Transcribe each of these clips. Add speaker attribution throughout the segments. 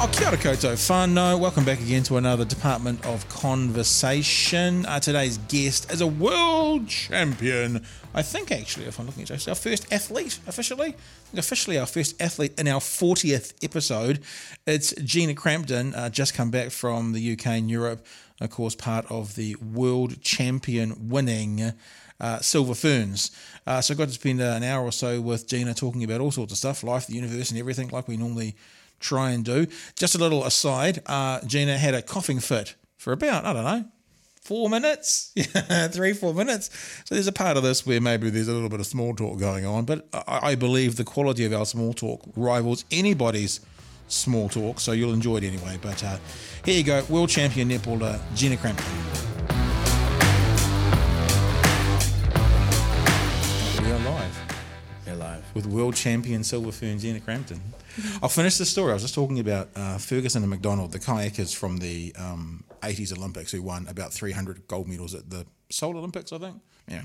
Speaker 1: Oh, Kia ora koutou whānau. Welcome back again to another Department of Conversation. Uh, today's guest is a world champion. I think, actually, if I'm looking at this, our first athlete officially. Officially, our first athlete in our 40th episode. It's Gina Crampton, uh, just come back from the UK and Europe. Of course, part of the world champion winning uh, Silver Ferns. Uh, so I got to spend uh, an hour or so with Gina talking about all sorts of stuff, life, the universe, and everything, like we normally try and do. Just a little aside, uh, Gina had a coughing fit for about, I don't know, four minutes, three, four minutes. So there's a part of this where maybe there's a little bit of small talk going on, but I, I believe the quality of our small talk rivals anybody's small talk, so you'll enjoy it anyway. But uh, here you go, world champion netballer Gina Crampton. We are live
Speaker 2: They're live.
Speaker 1: with world champion Silver Fern Gina Crampton. I'll finish the story. I was just talking about uh, Ferguson and McDonald, the kayakers from the um, 80s Olympics who won about 300 gold medals at the Seoul Olympics, I think. Yeah.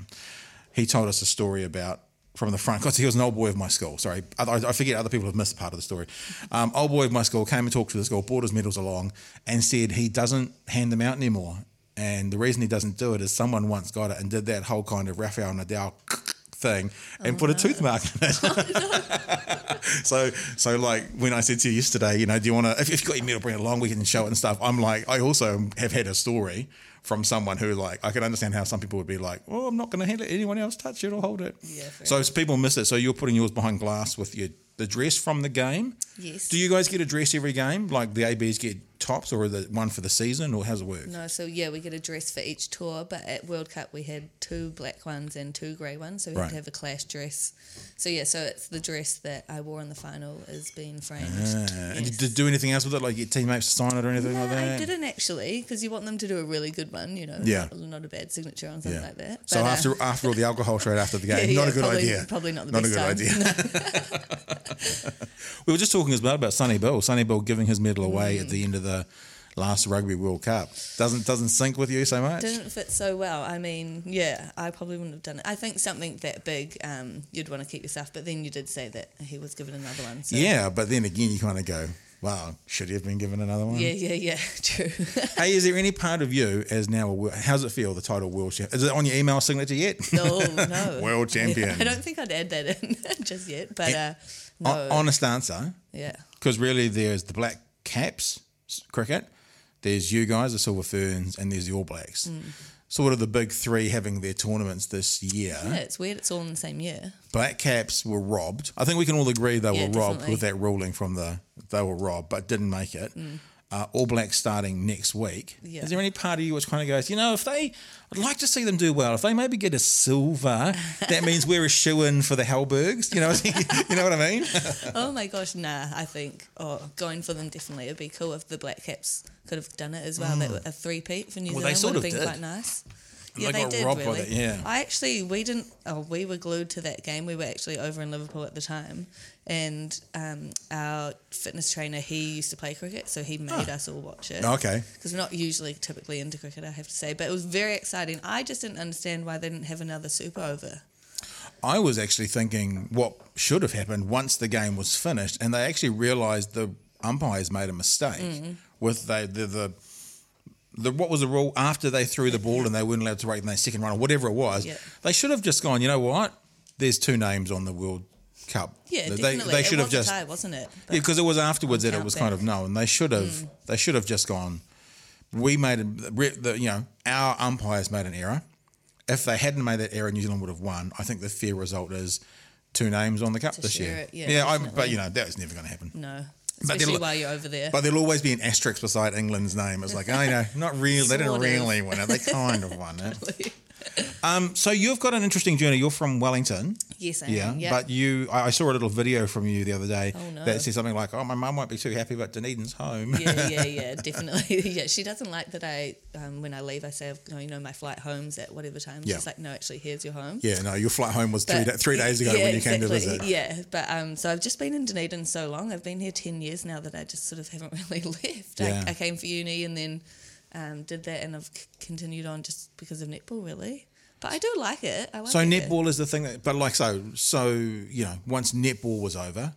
Speaker 1: He told us a story about from the front, because he was an old boy of my school. Sorry, I, I forget other people have missed part of the story. Um, old boy of my school came and talked to this girl, brought his medals along, and said he doesn't hand them out anymore. And the reason he doesn't do it is someone once got it and did that whole kind of Rafael Nadal thing
Speaker 3: Oh,
Speaker 1: and put a tooth mark in it. So, so like when I said to you yesterday, you know, do you want to, if, if you've got your medal, bring it along, we can show it and stuff. I'm like, I also have had a story from someone who, like, I can understand how some people would be like, oh, I'm not going to handle it. Anyone else touch it or hold it.
Speaker 3: Yeah, fair
Speaker 1: so people miss it. So you're putting yours behind glass with your the dress from the game.
Speaker 3: Yes.
Speaker 1: Do you guys get a dress every game? Like the ABs get tops or the one for the season or how's it work?
Speaker 3: No, so yeah, we get a dress for each tour, but at World Cup we had two black ones and two grey ones, so we
Speaker 1: Right.
Speaker 3: had to have a clash dress. So yeah, so it's the dress that I wore in the final is being framed.
Speaker 1: Uh, and
Speaker 3: Yes.
Speaker 1: did you do anything else with it? Like your teammates sign it or anything
Speaker 3: No,
Speaker 1: like that?
Speaker 3: I didn't actually, because you want them to do a really good one, you know.
Speaker 1: Yeah.
Speaker 3: Not, not a bad signature on something
Speaker 1: Yeah.
Speaker 3: like that.
Speaker 1: So
Speaker 3: But, uh,
Speaker 1: after after all the alcohol trade after the
Speaker 3: yeah,
Speaker 1: game, not
Speaker 3: yeah,
Speaker 1: a good
Speaker 3: probably-
Speaker 1: idea.
Speaker 3: Probably not the
Speaker 1: not
Speaker 3: best
Speaker 1: a good
Speaker 3: time.
Speaker 1: idea. We were just talking as well about Sonny Bill. Sonny Bill giving his medal away at the
Speaker 3: Mm.
Speaker 1: end of the last Rugby World Cup. Doesn't doesn't sync with you so much.
Speaker 3: didn't fit so well. I mean, yeah, I probably wouldn't have done it. I think something that big, um, you'd want to keep yourself. But then you did say that he was given another one. So.
Speaker 1: Yeah, but then again, you kind of go, "Wow, should he have been given another one?"
Speaker 3: Yeah, yeah, yeah. True.
Speaker 1: Hey, is there any part of you as now? a wor- How's it feel? The title world champion. Is it on your email signature yet?
Speaker 3: no, Oh, no.
Speaker 1: World champion.
Speaker 3: I don't think I'd add that in just yet. But uh, no.
Speaker 1: Hon- Honest answer,
Speaker 3: yeah.
Speaker 1: because really, there's the Black Caps s- cricket. There's you guys, the Silver Ferns, and there's the All Blacks.
Speaker 3: Mm.
Speaker 1: Sort of the big three having their tournaments this year.
Speaker 3: yeah, it's weird. It's all in the same year.
Speaker 1: Black Caps were robbed. I think we can all agree they
Speaker 3: Yeah,
Speaker 1: were robbed
Speaker 3: definitely.
Speaker 1: with that ruling from the they were robbed, but didn't make it. Uh, all Blacks starting next week.
Speaker 3: Mm. Yeah.
Speaker 1: Is there any part of you which kind of goes, you know, if they, I'd like to see them do well. If they maybe get a silver, that means we're a shoe in for the Halbergs. You know, you know what I mean?
Speaker 3: Oh my gosh, nah. I think oh, going for them definitely. It'd be cool if the Black Caps could have done it as well. That would- a three peat for New
Speaker 1: Mm. Well,
Speaker 3: Zealand
Speaker 1: they sort
Speaker 3: would have
Speaker 1: of
Speaker 3: been
Speaker 1: did.
Speaker 3: quite nice. Yeah,
Speaker 1: they
Speaker 3: they,
Speaker 1: got
Speaker 3: did
Speaker 1: robbed by
Speaker 3: really.
Speaker 1: that, yeah.
Speaker 3: I actually we didn't. Oh, we were glued to that game. We were actually over in Liverpool at the time, and um, our fitness trainer he used to play cricket, so he made us all watch it.
Speaker 1: Ah. Okay.
Speaker 3: because we're not usually typically into cricket, I have to say. But it was very exciting. I just didn't understand why they didn't have another super over.
Speaker 1: I was actually thinking what should have happened once the game was finished, and they actually realised the umpires made a mistake
Speaker 3: Mm-hmm.
Speaker 1: with they the, the the what was the rule after they threw the ball and they weren't allowed to rate in their second run or whatever it was.
Speaker 3: Yeah.
Speaker 1: They should have just gone. You know what? There's two names on the World Cup.
Speaker 3: Yeah,
Speaker 1: they,
Speaker 3: definitely.
Speaker 1: They should
Speaker 3: it
Speaker 1: have
Speaker 3: was a
Speaker 1: just
Speaker 3: tie, wasn't it? But- Hmm.
Speaker 1: yeah, because it was afterwards that it was kind
Speaker 3: Countback.
Speaker 1: of known. They should have. They should have just gone. We made a, the, you know our umpires made an error. If they hadn't made that error, New Zealand would have won. I think the fair result is two names on the cup this
Speaker 3: share
Speaker 1: year.
Speaker 3: it, yeah,
Speaker 1: I,
Speaker 3: definitely.
Speaker 1: but you know that was never going to happen.
Speaker 3: no,
Speaker 1: But
Speaker 3: especially
Speaker 1: they'll-
Speaker 3: while you're over there.
Speaker 1: But there'll always be an asterisk beside England's name. It's like I know, not real. They didn't
Speaker 3: Sort of.
Speaker 1: really win it. They kind of won it. Um, so you've got an interesting journey. You're from Wellington.
Speaker 3: yes, I
Speaker 1: Yeah,
Speaker 3: am. Yeah,
Speaker 1: but you, I I saw a little video from you the other day
Speaker 3: Oh, no.
Speaker 1: that said something like, "Oh, my mum won't be too happy about Dunedin's home."
Speaker 3: yeah, yeah, yeah, definitely. yeah, she doesn't like that I, um, when I leave, I say, I've- you know, my flight home's at whatever time.
Speaker 1: Yeah.
Speaker 3: She's like, no, actually, here's your home.
Speaker 1: Yeah, no, your flight home was three, da-
Speaker 3: But-
Speaker 1: three days ago
Speaker 3: yeah,
Speaker 1: when you came to
Speaker 3: exactly,
Speaker 1: visit.
Speaker 3: Yeah, but um, so I've just been in Dunedin so long. I've been here ten years now that I just sort of haven't really left.
Speaker 1: Yeah.
Speaker 3: I, I came for uni and then um, did that, and I've c- continued on just because of netball, really. But I do like it. I like
Speaker 1: So
Speaker 3: it. Mm.
Speaker 1: netball is the thing that, but like so, so you know, once netball was over,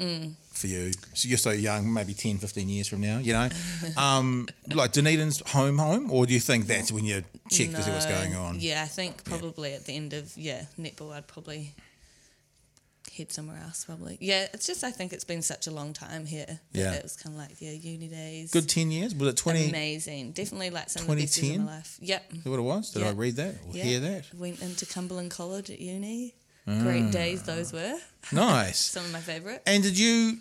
Speaker 1: for you. So you're so young, maybe 10, 15 years from now, you know. Um, like Dunedin's home, home, or do you think that's when you check to see what's
Speaker 3: No.
Speaker 1: going on?
Speaker 3: Yeah, I think probably at the end of yeah netball, I'd probably head somewhere else. Probably yeah. It's just I think it's been such a long time here. that
Speaker 1: Yeah.
Speaker 3: it was kind of like yeah uni days.
Speaker 1: Good 10 years? Was it 20? Is
Speaker 3: amazing. Definitely like some of the best years of
Speaker 1: 2010?
Speaker 3: my life. Yep.
Speaker 1: that what it was? Did I
Speaker 3: Yeah.
Speaker 1: read that or
Speaker 3: Yeah.
Speaker 1: hear that? Ah.
Speaker 3: Went into Cumberland College at uni. Great days those were.
Speaker 1: Nice.
Speaker 3: Some of my favourite.
Speaker 1: And did you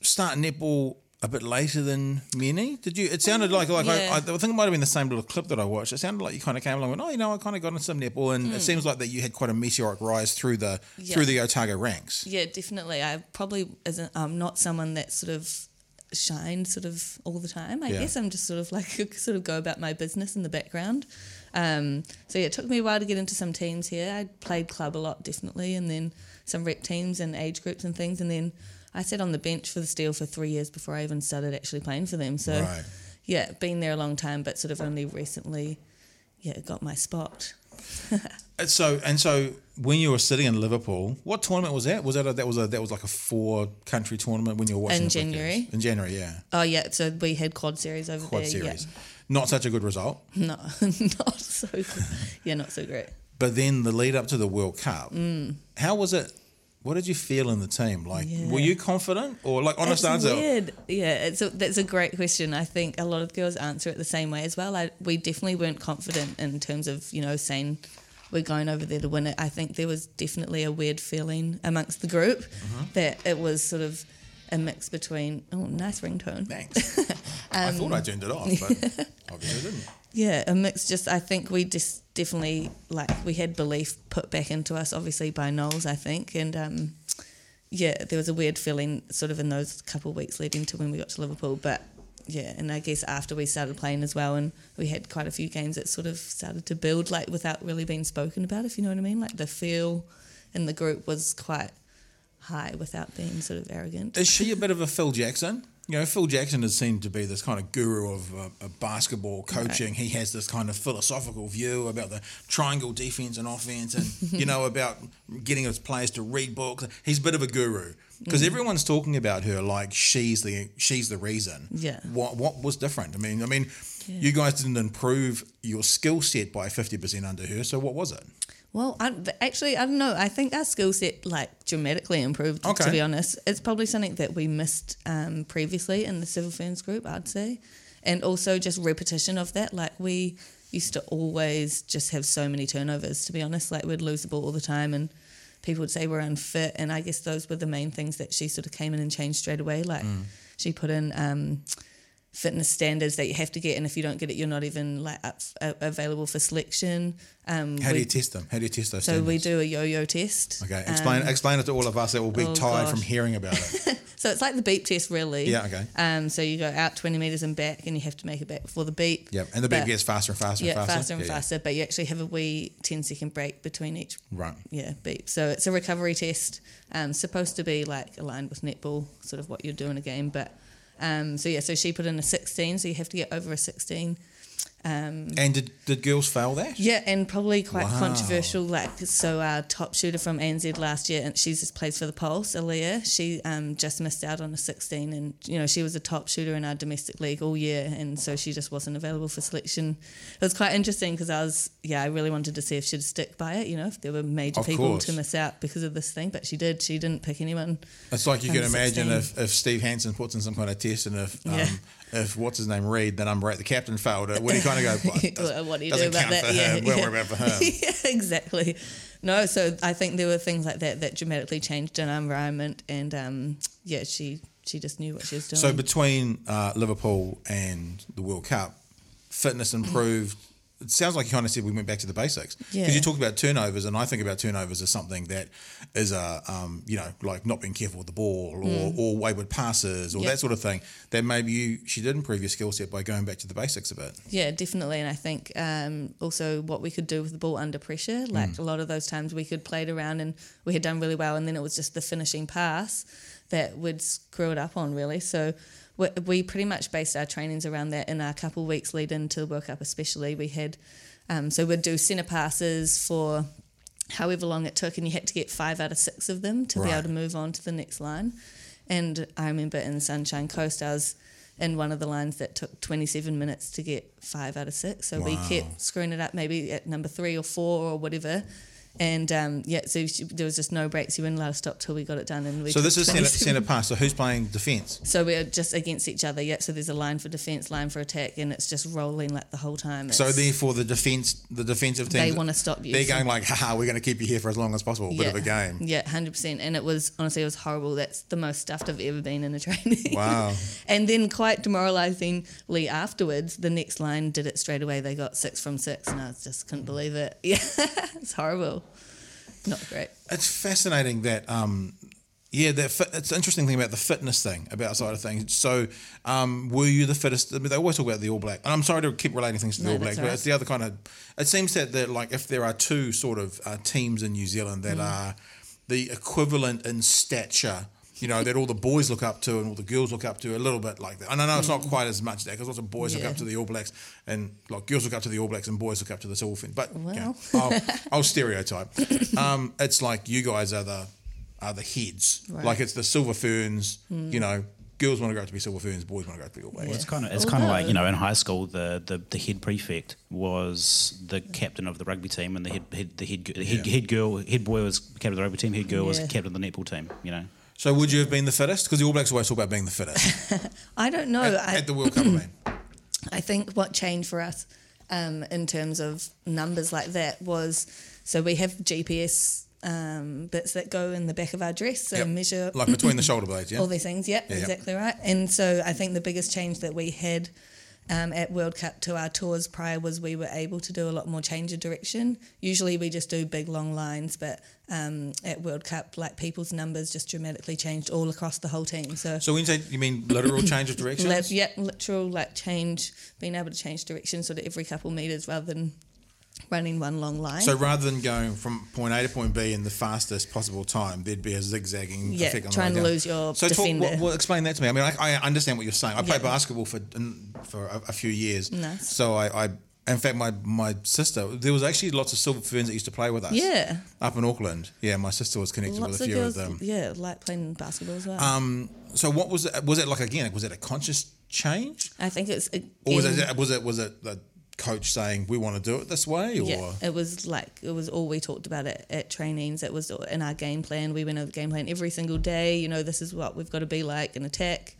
Speaker 1: start netball a bit later than many? Did you? It sounded like like
Speaker 3: Yeah.
Speaker 1: I, I think it might have been the same little clip that I watched. It sounded like you kind of came along and went, oh, you know, I kind of got into some netball, and it seems like that you had quite a meteoric rise through the
Speaker 3: Mm. Yeah.
Speaker 1: through the Otago ranks.
Speaker 3: Yeah, definitely. I probably isn't. I'm not someone that sort of shined sort of all the time. I
Speaker 1: Yeah.
Speaker 3: guess I'm just sort of like sort of go about my business in the background. Um, so yeah, it took me a while to get into some teams here. I played club a lot, definitely, and then some rep teams and age groups and things. And then I sat on the bench for the Steel for three years before I even started actually playing for them. So
Speaker 1: Right.
Speaker 3: yeah, been there a long time, but sort of only recently, yeah, got my spot.
Speaker 1: And so and so when you were sitting in Liverpool, what tournament was that? Was that a, that was a that was like a four country tournament when you were watching
Speaker 3: In
Speaker 1: the Olympics?
Speaker 3: January.
Speaker 1: In January, yeah,
Speaker 3: Oh yeah, so we had quad series over
Speaker 1: quad
Speaker 3: there.
Speaker 1: series.
Speaker 3: Yeah.
Speaker 1: Not such a good result,
Speaker 3: No, not so. Good. Yeah, not so great.
Speaker 1: but then the lead up to the World Cup.
Speaker 3: Mm.
Speaker 1: How was it? What did you feel in the team? Like, were
Speaker 3: Yeah.
Speaker 1: you confident, or like honest
Speaker 3: It's
Speaker 1: answer?
Speaker 3: weird. Yeah, it's a, that's a great question. I think a lot of girls answer it the same way as well. I, we definitely weren't confident in terms of you know saying we're going over there to win it. I think there was definitely a weird feeling amongst the group
Speaker 1: Mm-hmm.
Speaker 3: that it was sort of a mix between oh nice ringtone
Speaker 1: Thanks.
Speaker 3: Um,
Speaker 1: I thought I turned it off, but obviously I didn't.
Speaker 3: Yeah, a mix. Just I think we just definitely like we had belief put back into us, obviously by Knowles, I think, and um, yeah, there was a weird feeling sort of in those couple of weeks leading to when we got to Liverpool, but yeah, and I guess after we started playing as well, and we had quite a few games that sort of started to build like without really being spoken about, if you know what I mean. Like the feel in the group was quite high without being sort of arrogant.
Speaker 1: Is she a bit of a Phil Jackson? You know, Phil Jackson is seen to be this kind of guru of uh, of basketball coaching. He has this kind of philosophical view about the triangle defense and offense, and you know about getting his players to read books. He's a bit of a guru
Speaker 3: Mm-hmm.
Speaker 1: because everyone's talking about her like she's the she's the reason.
Speaker 3: Yeah.
Speaker 1: What what was different? I mean, I mean, you guys didn't improve your skill set by fifty percent under her. So what was it?
Speaker 3: Well, I, th- actually, I don't know. I think our skill set like dramatically improved.
Speaker 1: Okay.
Speaker 3: To be honest, it's probably something that we missed um, previously in the civil firms group. I'd say, and also just repetition of that. Like we used to always just have so many turnovers. To be honest, like we'd lose the ball all the time, and people would say we're unfit. And I guess those were the main things that she sort of came in and changed straight away. Like she put in. Um, fitness standards that you have to get and if you don't get it you're not even like up, uh, available for selection um
Speaker 1: How do
Speaker 3: we-
Speaker 1: you test them? How do you test those?
Speaker 3: so we
Speaker 1: standards?
Speaker 3: do a yo-yo test.
Speaker 1: Okay, explain
Speaker 3: Um,
Speaker 1: explain it to all of us that will be
Speaker 3: oh,
Speaker 1: tired from
Speaker 3: gosh.
Speaker 1: hearing about it.
Speaker 3: so it's like the beep test, really.
Speaker 1: Yeah, okay.
Speaker 3: Um, so you go out twenty meters and back, and you have to make it back before the beep.
Speaker 1: Yep, and the beat
Speaker 3: But-
Speaker 1: gets faster and faster
Speaker 3: yeah,
Speaker 1: and faster.
Speaker 3: faster and
Speaker 1: Yeah, yeah.
Speaker 3: faster. But you actually have a wee 10-second break between each
Speaker 1: Right.
Speaker 3: yeah beep. So it's a recovery test. Um, supposed to be like aligned with netball, sort of what you do in a game. But um, so yeah, so she put in a sixteen, so you have to get over a sixteen. Um,
Speaker 1: And did, did girls fail that?
Speaker 3: Yeah, and probably quite
Speaker 1: Wow.
Speaker 3: controversial. Like, so our top shooter from ANZ last year, and she just plays for the Pulse, Aaliyah. She um, just missed out on a 16, and you know she was a top shooter in our domestic league all year, and so she just wasn't available for selection. It was quite interesting because I was, yeah, I really wanted to see if she'd stick by it. You know, if there were major
Speaker 1: Of
Speaker 3: people
Speaker 1: course.
Speaker 3: to miss out because of this thing, but she did. She didn't pick anyone.
Speaker 1: It's like you can
Speaker 3: Under
Speaker 1: imagine
Speaker 3: 16.
Speaker 1: if, if Steve Hansen puts in some kind of test and if um,
Speaker 3: Yeah.
Speaker 1: if what's his name Reed, then I'm right, the captain failed it. When you kind of go, well, it does-
Speaker 3: what do you do
Speaker 1: doesn't
Speaker 3: about
Speaker 1: count
Speaker 3: that?
Speaker 1: for
Speaker 3: yeah,
Speaker 1: her. We'll
Speaker 3: yeah.
Speaker 1: worry about it for her.
Speaker 3: yeah, exactly. No, so I think there were things like that that dramatically changed in our environment, and um, yeah, she she just knew what she was doing.
Speaker 1: So between uh, Liverpool and the World Cup, fitness improved. It sounds like you kind of said we went back to the basics because
Speaker 3: Yeah.
Speaker 1: you talked about turnovers, and I think about turnovers as something that is a um, you know like not being careful with the ball or, or wayward passes or
Speaker 3: Mm. Yep.
Speaker 1: that sort of thing. That maybe you she did improve your skill set by going back to the basics a bit.
Speaker 3: Yeah, definitely. And I think um, also what we could do with the ball under pressure. Like a lot of those times we could play it around and we had done really well, and then it was just the finishing pass that would screw it up on, really. So we, we pretty much based our trainings around that in our couple weeks lead into the World Cup, especially. We had, um, so we'd do centre passes for however long it took, and you had to get five out of six of them to be
Speaker 1: Right.
Speaker 3: able to move on to the next line. And I remember in Sunshine Coast, I was in one of the lines that took 27 minutes to get five out of six. So we
Speaker 1: Wow.
Speaker 3: kept screwing it up, maybe at number three or four or whatever. And um, yeah, so she, there was just no breaks. You weren't allowed to stop till we got it done. And we
Speaker 1: So
Speaker 3: took
Speaker 1: this is centre,
Speaker 3: 27
Speaker 1: centre pass. So who's playing defence?
Speaker 3: so we're just against each other. Yeah. So there's a line for defense, line for attack, and it's just rolling like the whole time.
Speaker 1: So
Speaker 3: It's-
Speaker 1: therefore, the defence, the defensive team,
Speaker 3: They wanna stop you.
Speaker 1: They're going like, haha, we're going to keep you here for as long as possible. Bit of a game.
Speaker 3: Yeah, hundred percent. And it was honestly, it was horrible. That's the most stuffed I've ever been in a training.
Speaker 1: Wow.
Speaker 3: and then quite demoralisingly afterwards, the next line did it straight away. They got six from six, and I was just
Speaker 1: Mm.
Speaker 3: couldn't believe it. Yeah, it's horrible. Not great.
Speaker 1: It's fascinating that. Um, yeah, that fit, it's an interesting thing about the fitness thing about side of things. So, um, were you the fittest? I mean, they always talk about the All Black, and I'm sorry to keep relating things to the
Speaker 3: No,
Speaker 1: All
Speaker 3: that's
Speaker 1: Blacks,
Speaker 3: all
Speaker 1: but it's the other kind of. It seems that that like if there are two sort of uh, teams in New Zealand
Speaker 3: Mm.
Speaker 1: that are the equivalent in stature, you know, that all the boys look up to and all the girls look up to a little bit like that. And I know it's not quite as much that because lots of boys look
Speaker 3: Mm. Yeah.
Speaker 1: up to the All Blacks, and like girls look up to the All Blacks, and boys look up to the All Fin. But you know,
Speaker 3: Well.
Speaker 1: I'll, I'll stereotype. Um, it's like you guys are the are the heads.
Speaker 3: Right.
Speaker 1: Like it's the silver ferns. You know, girls want to grow up to be silver ferns. Boys want to grow up to be all blacks.
Speaker 2: It's kind of it's kind of like you know in high school the, the, the head prefect was the captain of the rugby team and the head, head the head the head,
Speaker 1: Yeah.
Speaker 2: head girl head boy was captain of the rugby team head girl was
Speaker 3: Yeah.
Speaker 2: captain of the netball team you know
Speaker 1: So would you have been the fittest? Because the All Blacks always talk about being the fittest
Speaker 3: I don't know.
Speaker 1: at,
Speaker 3: Oh, I,
Speaker 1: at the World Cup. I mean,
Speaker 3: I think what changed for us um, in terms of numbers like that was so we have GPS um, bits that go in the back of our dress, so
Speaker 1: Yep.
Speaker 3: measure
Speaker 1: like between the shoulder blades. Yeah.
Speaker 3: all these things. Yep,
Speaker 1: Yeah, yep.
Speaker 3: exactly right. And so I think the biggest change that we had um, at World Cup to our tours prior was we were able to do a lot more change of direction. Usually we just do big long lines, but um, at World Cup, like people's numbers just dramatically changed all across the whole team. So.
Speaker 1: so when you say you mean literal change of direction.
Speaker 3: Li- yep, literal like change, being able to change direction sort of every couple meters rather than running one long line.
Speaker 1: So rather than going from point A to point B in the fastest possible time, there'd be a zigzagging
Speaker 3: Yeah,
Speaker 1: effect on the
Speaker 3: trying
Speaker 1: way
Speaker 3: to
Speaker 1: down.
Speaker 3: lose your
Speaker 1: so Talk,
Speaker 3: defender.
Speaker 1: well, well, explain that to me. I mean, I, I understand what you're saying. I played
Speaker 3: Yeah.
Speaker 1: basketball for for a, a few years.
Speaker 3: Nice.
Speaker 1: So I, I, in fact, my my sister, there was actually lots of silver ferns that used to play with us.
Speaker 3: Yeah.
Speaker 1: Up in Auckland. Yeah, my sister was connected
Speaker 3: Lots
Speaker 1: with a
Speaker 3: of
Speaker 1: few
Speaker 3: girls,
Speaker 1: of them.
Speaker 3: yeah, like playing basketball as well.
Speaker 1: Um, So what was it? Was it like again? Was it a conscious change,
Speaker 3: I think it's
Speaker 1: or was
Speaker 3: again-
Speaker 1: it was it was it the coach saying we want to do it this way, or
Speaker 3: Yeah, it was like it was all we talked about at, at trainings. It was in our game plan. We went over the game plan every single day. You know, this is what we've got to be like in attack.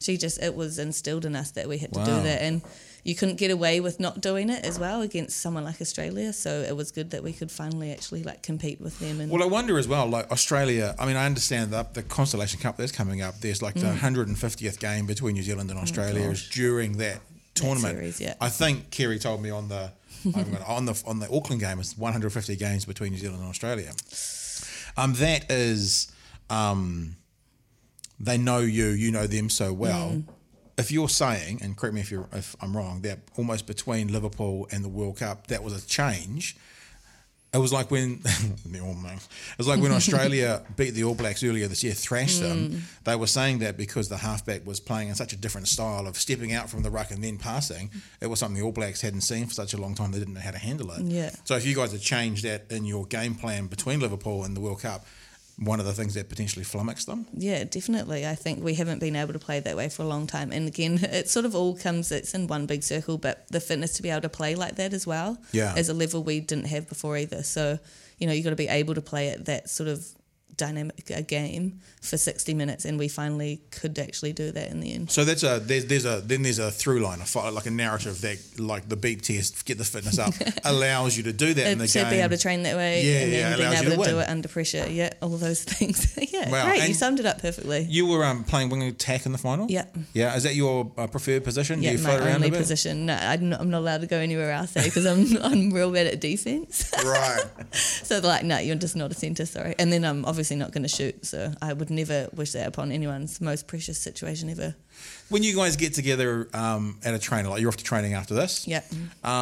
Speaker 3: She just it was instilled in us that we had to
Speaker 1: Wow.
Speaker 3: do that, and you couldn't get away with not doing it as well against someone like Australia. So it was good that we could finally actually like compete with them. And
Speaker 1: Well, I wonder as well, like Australia. I mean, I understand that the Constellation Cup that's coming up. There's like
Speaker 3: Mm.
Speaker 1: the 150th game between New Zealand
Speaker 3: Oh
Speaker 1: and Australia is during that tournament.
Speaker 3: series, yeah.
Speaker 1: I think Kerry told me on the I haven't got it, on the on the Auckland game it's 150 games between New Zealand and Australia. Um, that is, um, they know you, you know them so well.
Speaker 3: Mm.
Speaker 1: If you're saying, and correct me if you're if I'm wrong, that almost between Liverpool and the World Cup, that was a change. It was like when the All Blacks. It was like when Australia beat the All Blacks earlier this year, thrashed them. They were saying that because the halfback was playing in such a different style of stepping out from the ruck and then passing, it was something the All Blacks hadn't seen for such a long time. They didn't know how to handle it.
Speaker 3: Yeah.
Speaker 1: So if you guys had changed that in your game plan between Liverpool and the World Cup, one of the things that potentially flummoxed them.
Speaker 3: yeah, definitely. I think we haven't been able to play that way for a long time. And again, it sort of all comes, it's in one big circle, but the fitness to be able to play like that as well
Speaker 1: Yeah.
Speaker 3: is a level we didn't have before either. So, you know, you've got to be able to play at that sort of dynamic a game for 60 minutes. And we finally could actually do that in the end.
Speaker 1: So that's a there's there's a then there's a through line, a fi- like a narrative that like the beep test, get the fitness up, allows you to do that in the
Speaker 3: And to
Speaker 1: game.
Speaker 3: be able to train that way
Speaker 1: Yeah,
Speaker 3: and
Speaker 1: yeah,
Speaker 3: then being
Speaker 1: allows you
Speaker 3: able to,
Speaker 1: to
Speaker 3: do
Speaker 1: win.
Speaker 3: it under pressure. Yeah, all those things. yeah,
Speaker 1: Wow,
Speaker 3: great. You
Speaker 1: and-
Speaker 3: summed it up perfectly.
Speaker 1: You were um, playing wing attack in the final.
Speaker 3: Yeah.
Speaker 1: Yeah. Is that your uh, preferred position? Do
Speaker 3: yeah,
Speaker 1: you
Speaker 3: my
Speaker 1: float around
Speaker 3: only
Speaker 1: a bit?
Speaker 3: position. No, I'm not, I'm not allowed to go anywhere else there because I'm I'm real bad at defense.
Speaker 1: Right.
Speaker 3: so they're like, no, you're just not a centre, sorry. And then I'm obviously not going to shoot. So I would never wish that upon anyone. It's the most precious situation ever.
Speaker 1: when you guys get together um, at a trainer, like you're off to training after this.
Speaker 3: Yeah.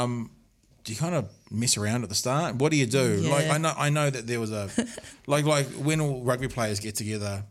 Speaker 1: do you kind of mess around at the start? What do you do?
Speaker 3: Yeah.
Speaker 1: Like I know I know that there was a like like when all rugby players get together,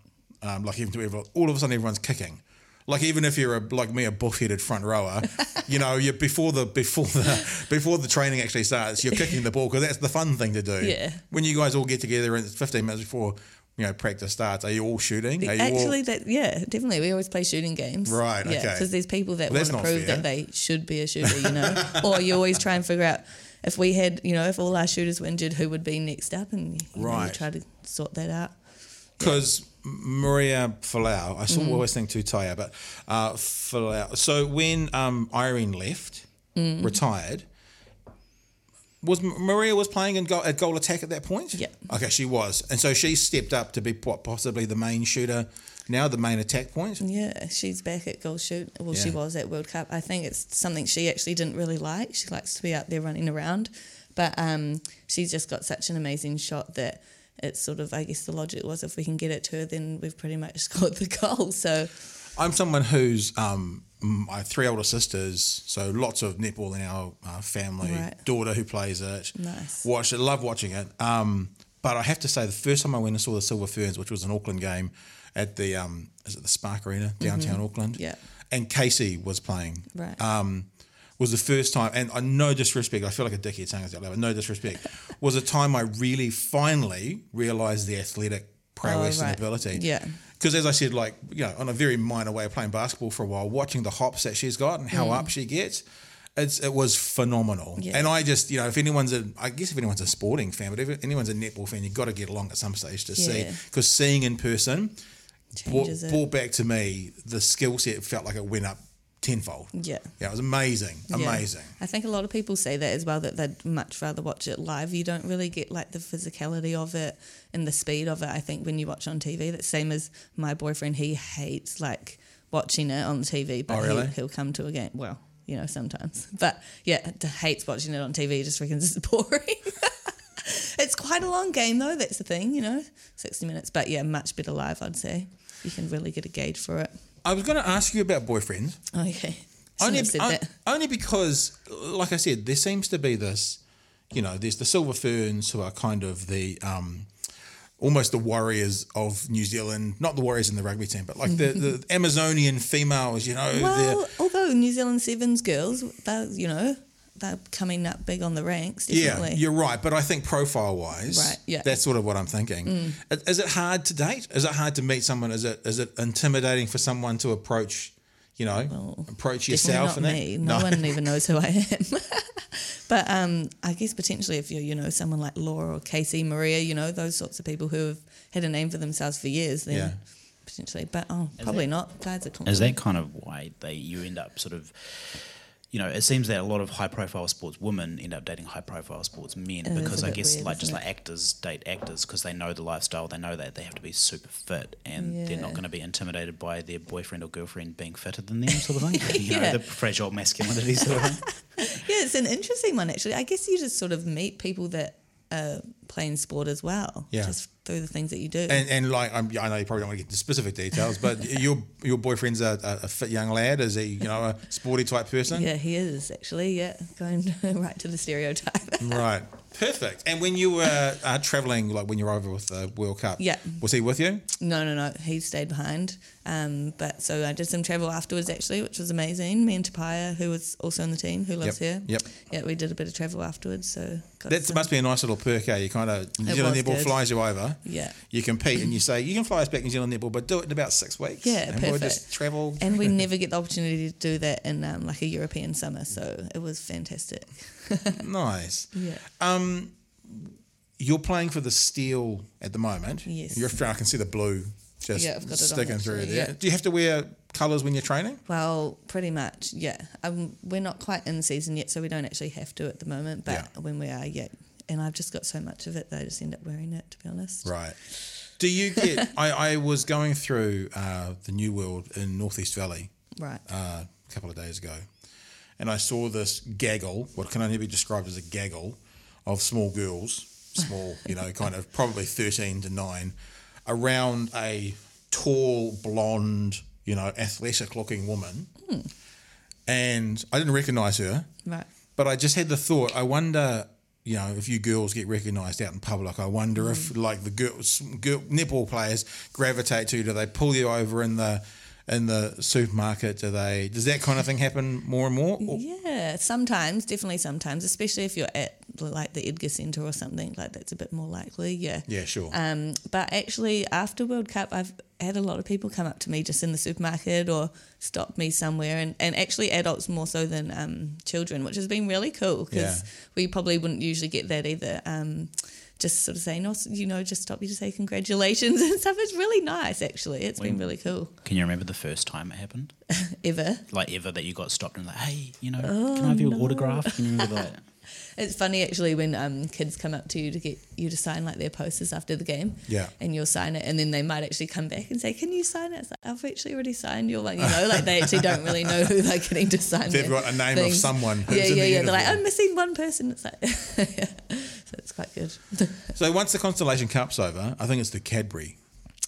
Speaker 1: um, like even to everyone, all of a sudden everyone's kicking. Like even if you're a, like me, a buff-headed front rower, you know you before the before the before the training actually starts, you're kicking the ball because that's the fun thing to do.
Speaker 3: Yeah.
Speaker 1: When you guys all get together and it's 15 minutes before, you know, practice starts? Are you all shooting? Are you all-
Speaker 3: Actually, that yeah, definitely. We always play shooting games,
Speaker 1: Right,
Speaker 3: Yeah,
Speaker 1: okay.
Speaker 3: because there's people that
Speaker 1: Well, that's
Speaker 3: want to
Speaker 1: not
Speaker 3: prove
Speaker 1: fair.
Speaker 3: that they should be a shooter, you know. or you always try and figure out if we had, you know, if all our shooters were injured, who would be next up, and you know, you
Speaker 1: Right.
Speaker 3: try to sort that out.
Speaker 1: because Maria Falau, I saw always think too tired, but uh, Falau. So when um, Irene left, retired, was Maria was playing in goal, at goal attack at that point?
Speaker 3: Yeah.
Speaker 1: Okay, she was, and so she stepped up to be what possibly the main shooter now, the main attack point.
Speaker 3: Yeah, she's back at goal shoot. Well, she
Speaker 1: Yeah.
Speaker 3: was at World Cup. I think it's something she actually didn't really like. She likes to be out there running around, but um, she's just got such an amazing shot that it's sort of I guess the logic was if we can get it to her, then we've pretty much scored the goal. So
Speaker 1: I'm someone who's um, my three older sisters, so lots of netball in our uh, family.
Speaker 3: Right.
Speaker 1: Daughter who plays it,
Speaker 3: Nice.
Speaker 1: Watch it, love watching it. Um, but I have to say, the first time I went and saw the Silver Ferns, which was an Auckland game at the um, is it the Spark Arena downtown Auckland?
Speaker 3: Mm-hmm. Yeah.
Speaker 1: And Casey was playing.
Speaker 3: right,
Speaker 1: Um, was the first time, and I no disrespect, I feel like a dickhead saying this out loud, but no disrespect, was a time I really finally realised the athletic prowess
Speaker 3: Oh, right.
Speaker 1: and ability
Speaker 3: Yeah.
Speaker 1: because as I said, like you know, on a very minor way of playing basketball for a while, watching the hops that she's got and how up she gets, it's it was phenomenal.
Speaker 3: Mm. Yeah.
Speaker 1: And I just you know, if anyone's a, I guess if anyone's a sporting fan, but if anyone's a netball fan, you've got to get along at some stage to see
Speaker 3: Yeah.
Speaker 1: because seeing in person brought,
Speaker 3: Changes it.
Speaker 1: brought back to me the skill set felt like it went up tenfold.
Speaker 3: Yeah.
Speaker 1: yeah, it was amazing,
Speaker 3: Yeah.
Speaker 1: amazing.
Speaker 3: I think a lot of people say that as well that they'd much rather watch it live. You don't really get like the physicality of it and the speed of it. I think when you watch on TV, that's same as my boyfriend. He hates like watching it on TV, but
Speaker 1: Oh, really?
Speaker 3: he'll, he'll come to a game. Well, you know sometimes, but yeah, d- hates watching it on TV. He just reckons it's boring. it's quite a long game though. That's the thing, you know, sixty minutes. But yeah, much better live. I'd say you can really get a gauge for it.
Speaker 1: I was going to ask you about boyfriends.
Speaker 3: Okay, shouldn't
Speaker 1: only,
Speaker 3: have said
Speaker 1: on-
Speaker 3: that.
Speaker 1: only because, like I said, there seems to be this, you know, there's the Silver Ferns who are kind of the, um, almost the warriors of New Zealand, not the warriors in the rugby team, but like the, the Amazonian females, you know. they're-
Speaker 3: Well, although New Zealand Sevens girls, they you know they're coming up big on the ranks.
Speaker 1: yeah,
Speaker 3: Definitely.
Speaker 1: you're right. But I think profile wise,
Speaker 3: Right, yeah. Mm.
Speaker 1: that's sort of what I'm thinking. Is- Is it hard to date? Is it hard to meet someone? Is it is it intimidating for someone to approach, you know, approach
Speaker 3: Definitely
Speaker 1: yourself
Speaker 3: not me.
Speaker 1: and that?
Speaker 3: No, one even knows who I am. but um, I guess potentially if you're you know someone like Laura or Casey Maria, you know those sorts of people who have had a name for themselves for years, then
Speaker 1: Yeah.
Speaker 3: potentially. But oh, probably not. Guys are
Speaker 2: Is
Speaker 3: confident.
Speaker 2: that kind of why they you end up sort of, you know, it seems that a lot of high profile sports women end up dating high profile sports men
Speaker 3: It is a
Speaker 2: because I
Speaker 3: bit
Speaker 2: guess
Speaker 3: weird,
Speaker 2: like just
Speaker 3: isn't
Speaker 2: like actors date actors because they know the lifestyle, they know that they have to be super fit and they're not
Speaker 3: Yeah.
Speaker 2: going to be intimidated by their boyfriend or girlfriend being fitter than them, sort of thing. You
Speaker 3: Yeah.
Speaker 2: know, the fragile masculinity sort of thing.
Speaker 3: Yeah, it's an interesting one actually. I guess you just sort of meet people that are playing sport as well,
Speaker 1: Yeah.
Speaker 3: just through the things that you do.
Speaker 1: And, and like I'm, I know you probably don't want to get into specific details, but your your boyfriend's a, a a fit young lad. Is he you know a sporty type person?
Speaker 3: yeah, he is actually. Yeah, going right to the stereotype.
Speaker 1: Right. Perfect. And when you were uh, traveling, like when you're over with the World Cup,
Speaker 3: Yeah.
Speaker 1: was he with you?
Speaker 3: No, no, no. He stayed behind. Um, but so I did some travel afterwards actually, which was amazing. Me and Tapia, who was also on the team, who lives
Speaker 1: Yep,
Speaker 3: here.
Speaker 1: yep.
Speaker 3: Yeah, we did a bit of travel afterwards. So got
Speaker 1: That
Speaker 3: some-
Speaker 1: must be a nice little perk, eh? You kind of New Zealand
Speaker 3: was
Speaker 1: netball
Speaker 3: good.
Speaker 1: flies you over.
Speaker 3: Yeah.
Speaker 1: You compete and you say you can fly us back New Zealand netball, but do it in about six weeks.
Speaker 3: Yeah,
Speaker 1: and we'll
Speaker 3: perfect.
Speaker 1: just travel.
Speaker 3: And we never get the opportunity to do that in um, like a European summer, so it was fantastic. Uh,
Speaker 1: nice.
Speaker 3: Yeah.
Speaker 1: You're playing for the Steel at the moment.
Speaker 3: Yes.
Speaker 1: You're, I can see the blue just
Speaker 3: Yeah, I've got it on,
Speaker 1: sticking through
Speaker 3: actually,
Speaker 1: there.
Speaker 3: yeah.
Speaker 1: Do you have to wear colours when you're training?
Speaker 3: Well, pretty much, yeah. Um, we're not quite in season yet, so we don't actually have to at the moment. But
Speaker 1: Yeah.
Speaker 3: when we are, yeah. And I've just got so much of it that I just end up wearing it, to be honest.
Speaker 1: Right. Do you get? I, I was going through uh, the New World in Northeast Valley
Speaker 3: Right.
Speaker 1: uh, a couple of days ago, and I saw this gaggle, what can only be described as a gaggle, of small girls, small, you know, kind of probably 13 to 9, around a tall, blonde, you know, athletic looking woman. And I didn't recognize her.
Speaker 3: Right.
Speaker 1: But I just had the thought. I wonder, you know, if you girls get recognised out in public. I wonder
Speaker 3: Mm.
Speaker 1: if like the girls, girl, netball players gravitate to. you. Do they pull you over in the in the supermarket? Do they does that kind of thing happen more and more? Or-
Speaker 3: Yeah, sometimes, definitely sometimes, especially if you're at like the Edgar Centre or something like that's a bit more likely. Yeah.
Speaker 1: Yeah, sure.
Speaker 3: Um, but actually, after World Cup, I've had a lot of people come up to me just in the supermarket or stop me somewhere, and, and actually adults more so than um, children, which has been really cool because
Speaker 1: Yeah.
Speaker 3: we probably wouldn't usually get that either. Um, just sort of saying, oh, you know, just stop you to say congratulations and stuff. It's really nice, actually. It's been really cool.
Speaker 2: Can you remember the first time it happened?
Speaker 3: Ever.
Speaker 2: Like ever that you got stopped and like, hey, you know,
Speaker 3: Oh,
Speaker 2: can I have your autograph? Can you remember that?
Speaker 3: It's funny actually when um, kids come up to you to get you to sign like their posters after the game.
Speaker 1: Yeah.
Speaker 3: And you'll sign it, and then they might actually come back and say, "Can you sign it?" It's like I've actually already signed your one. You know, like they actually don't really know who they're getting to sign.
Speaker 1: They've
Speaker 3: their
Speaker 1: got a name of
Speaker 3: thing.
Speaker 1: someone who's
Speaker 3: Yeah,
Speaker 1: in
Speaker 3: yeah,
Speaker 1: the
Speaker 3: yeah. They're like,
Speaker 1: uniform.
Speaker 3: "I'm missing one person." It's like, yeah. so it's quite good.
Speaker 1: so once the Constellation Cup's over, I think it's the Cadbury.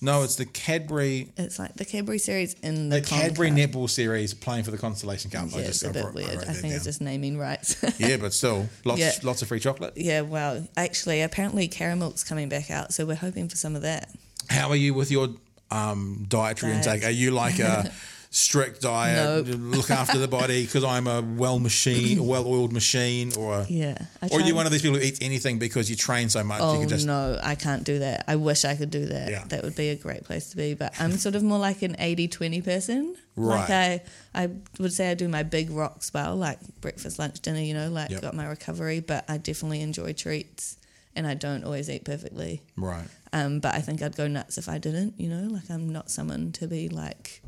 Speaker 1: No, it's the Cadbury.
Speaker 3: it's like the Cadbury series in the,
Speaker 1: The
Speaker 3: Con
Speaker 1: Cadbury
Speaker 3: Cup.
Speaker 1: netball series playing for the Constellation Cup.
Speaker 3: Yeah, it's a bit
Speaker 1: wrote-
Speaker 3: weird.
Speaker 1: wrote
Speaker 3: I
Speaker 1: that
Speaker 3: think
Speaker 1: down.
Speaker 3: it's just naming rights.
Speaker 1: yeah, but still, lots
Speaker 3: Yeah.
Speaker 1: lots of free chocolate.
Speaker 3: yeah. Wow. Actually, apparently, Caramilk's coming back out, so we're hoping for some of that.
Speaker 1: How are you with your um, dietary
Speaker 3: Diet.
Speaker 1: intake? Are you like a strict diet,
Speaker 3: Nope.
Speaker 1: look after the body because I'm a well machine, well oiled machine, or a,
Speaker 3: Yeah. I
Speaker 1: or are
Speaker 3: try-
Speaker 1: you one of these people who eats anything because you train so much? you
Speaker 3: Oh
Speaker 1: can just
Speaker 3: no, I can't do that. I wish I could do that.
Speaker 1: Yeah.
Speaker 3: That would be a great place to be. But I'm sort of more like an 80-20 person. Like
Speaker 1: Right.
Speaker 3: I, I would say I do my big rocks well, like breakfast, lunch, dinner. You know, like
Speaker 1: Yep.
Speaker 3: got my recovery. But I definitely enjoy treats, and I don't always eat perfectly.
Speaker 1: right.
Speaker 3: Um, but I think I'd go nuts if I didn't. You know, like I'm not someone to be like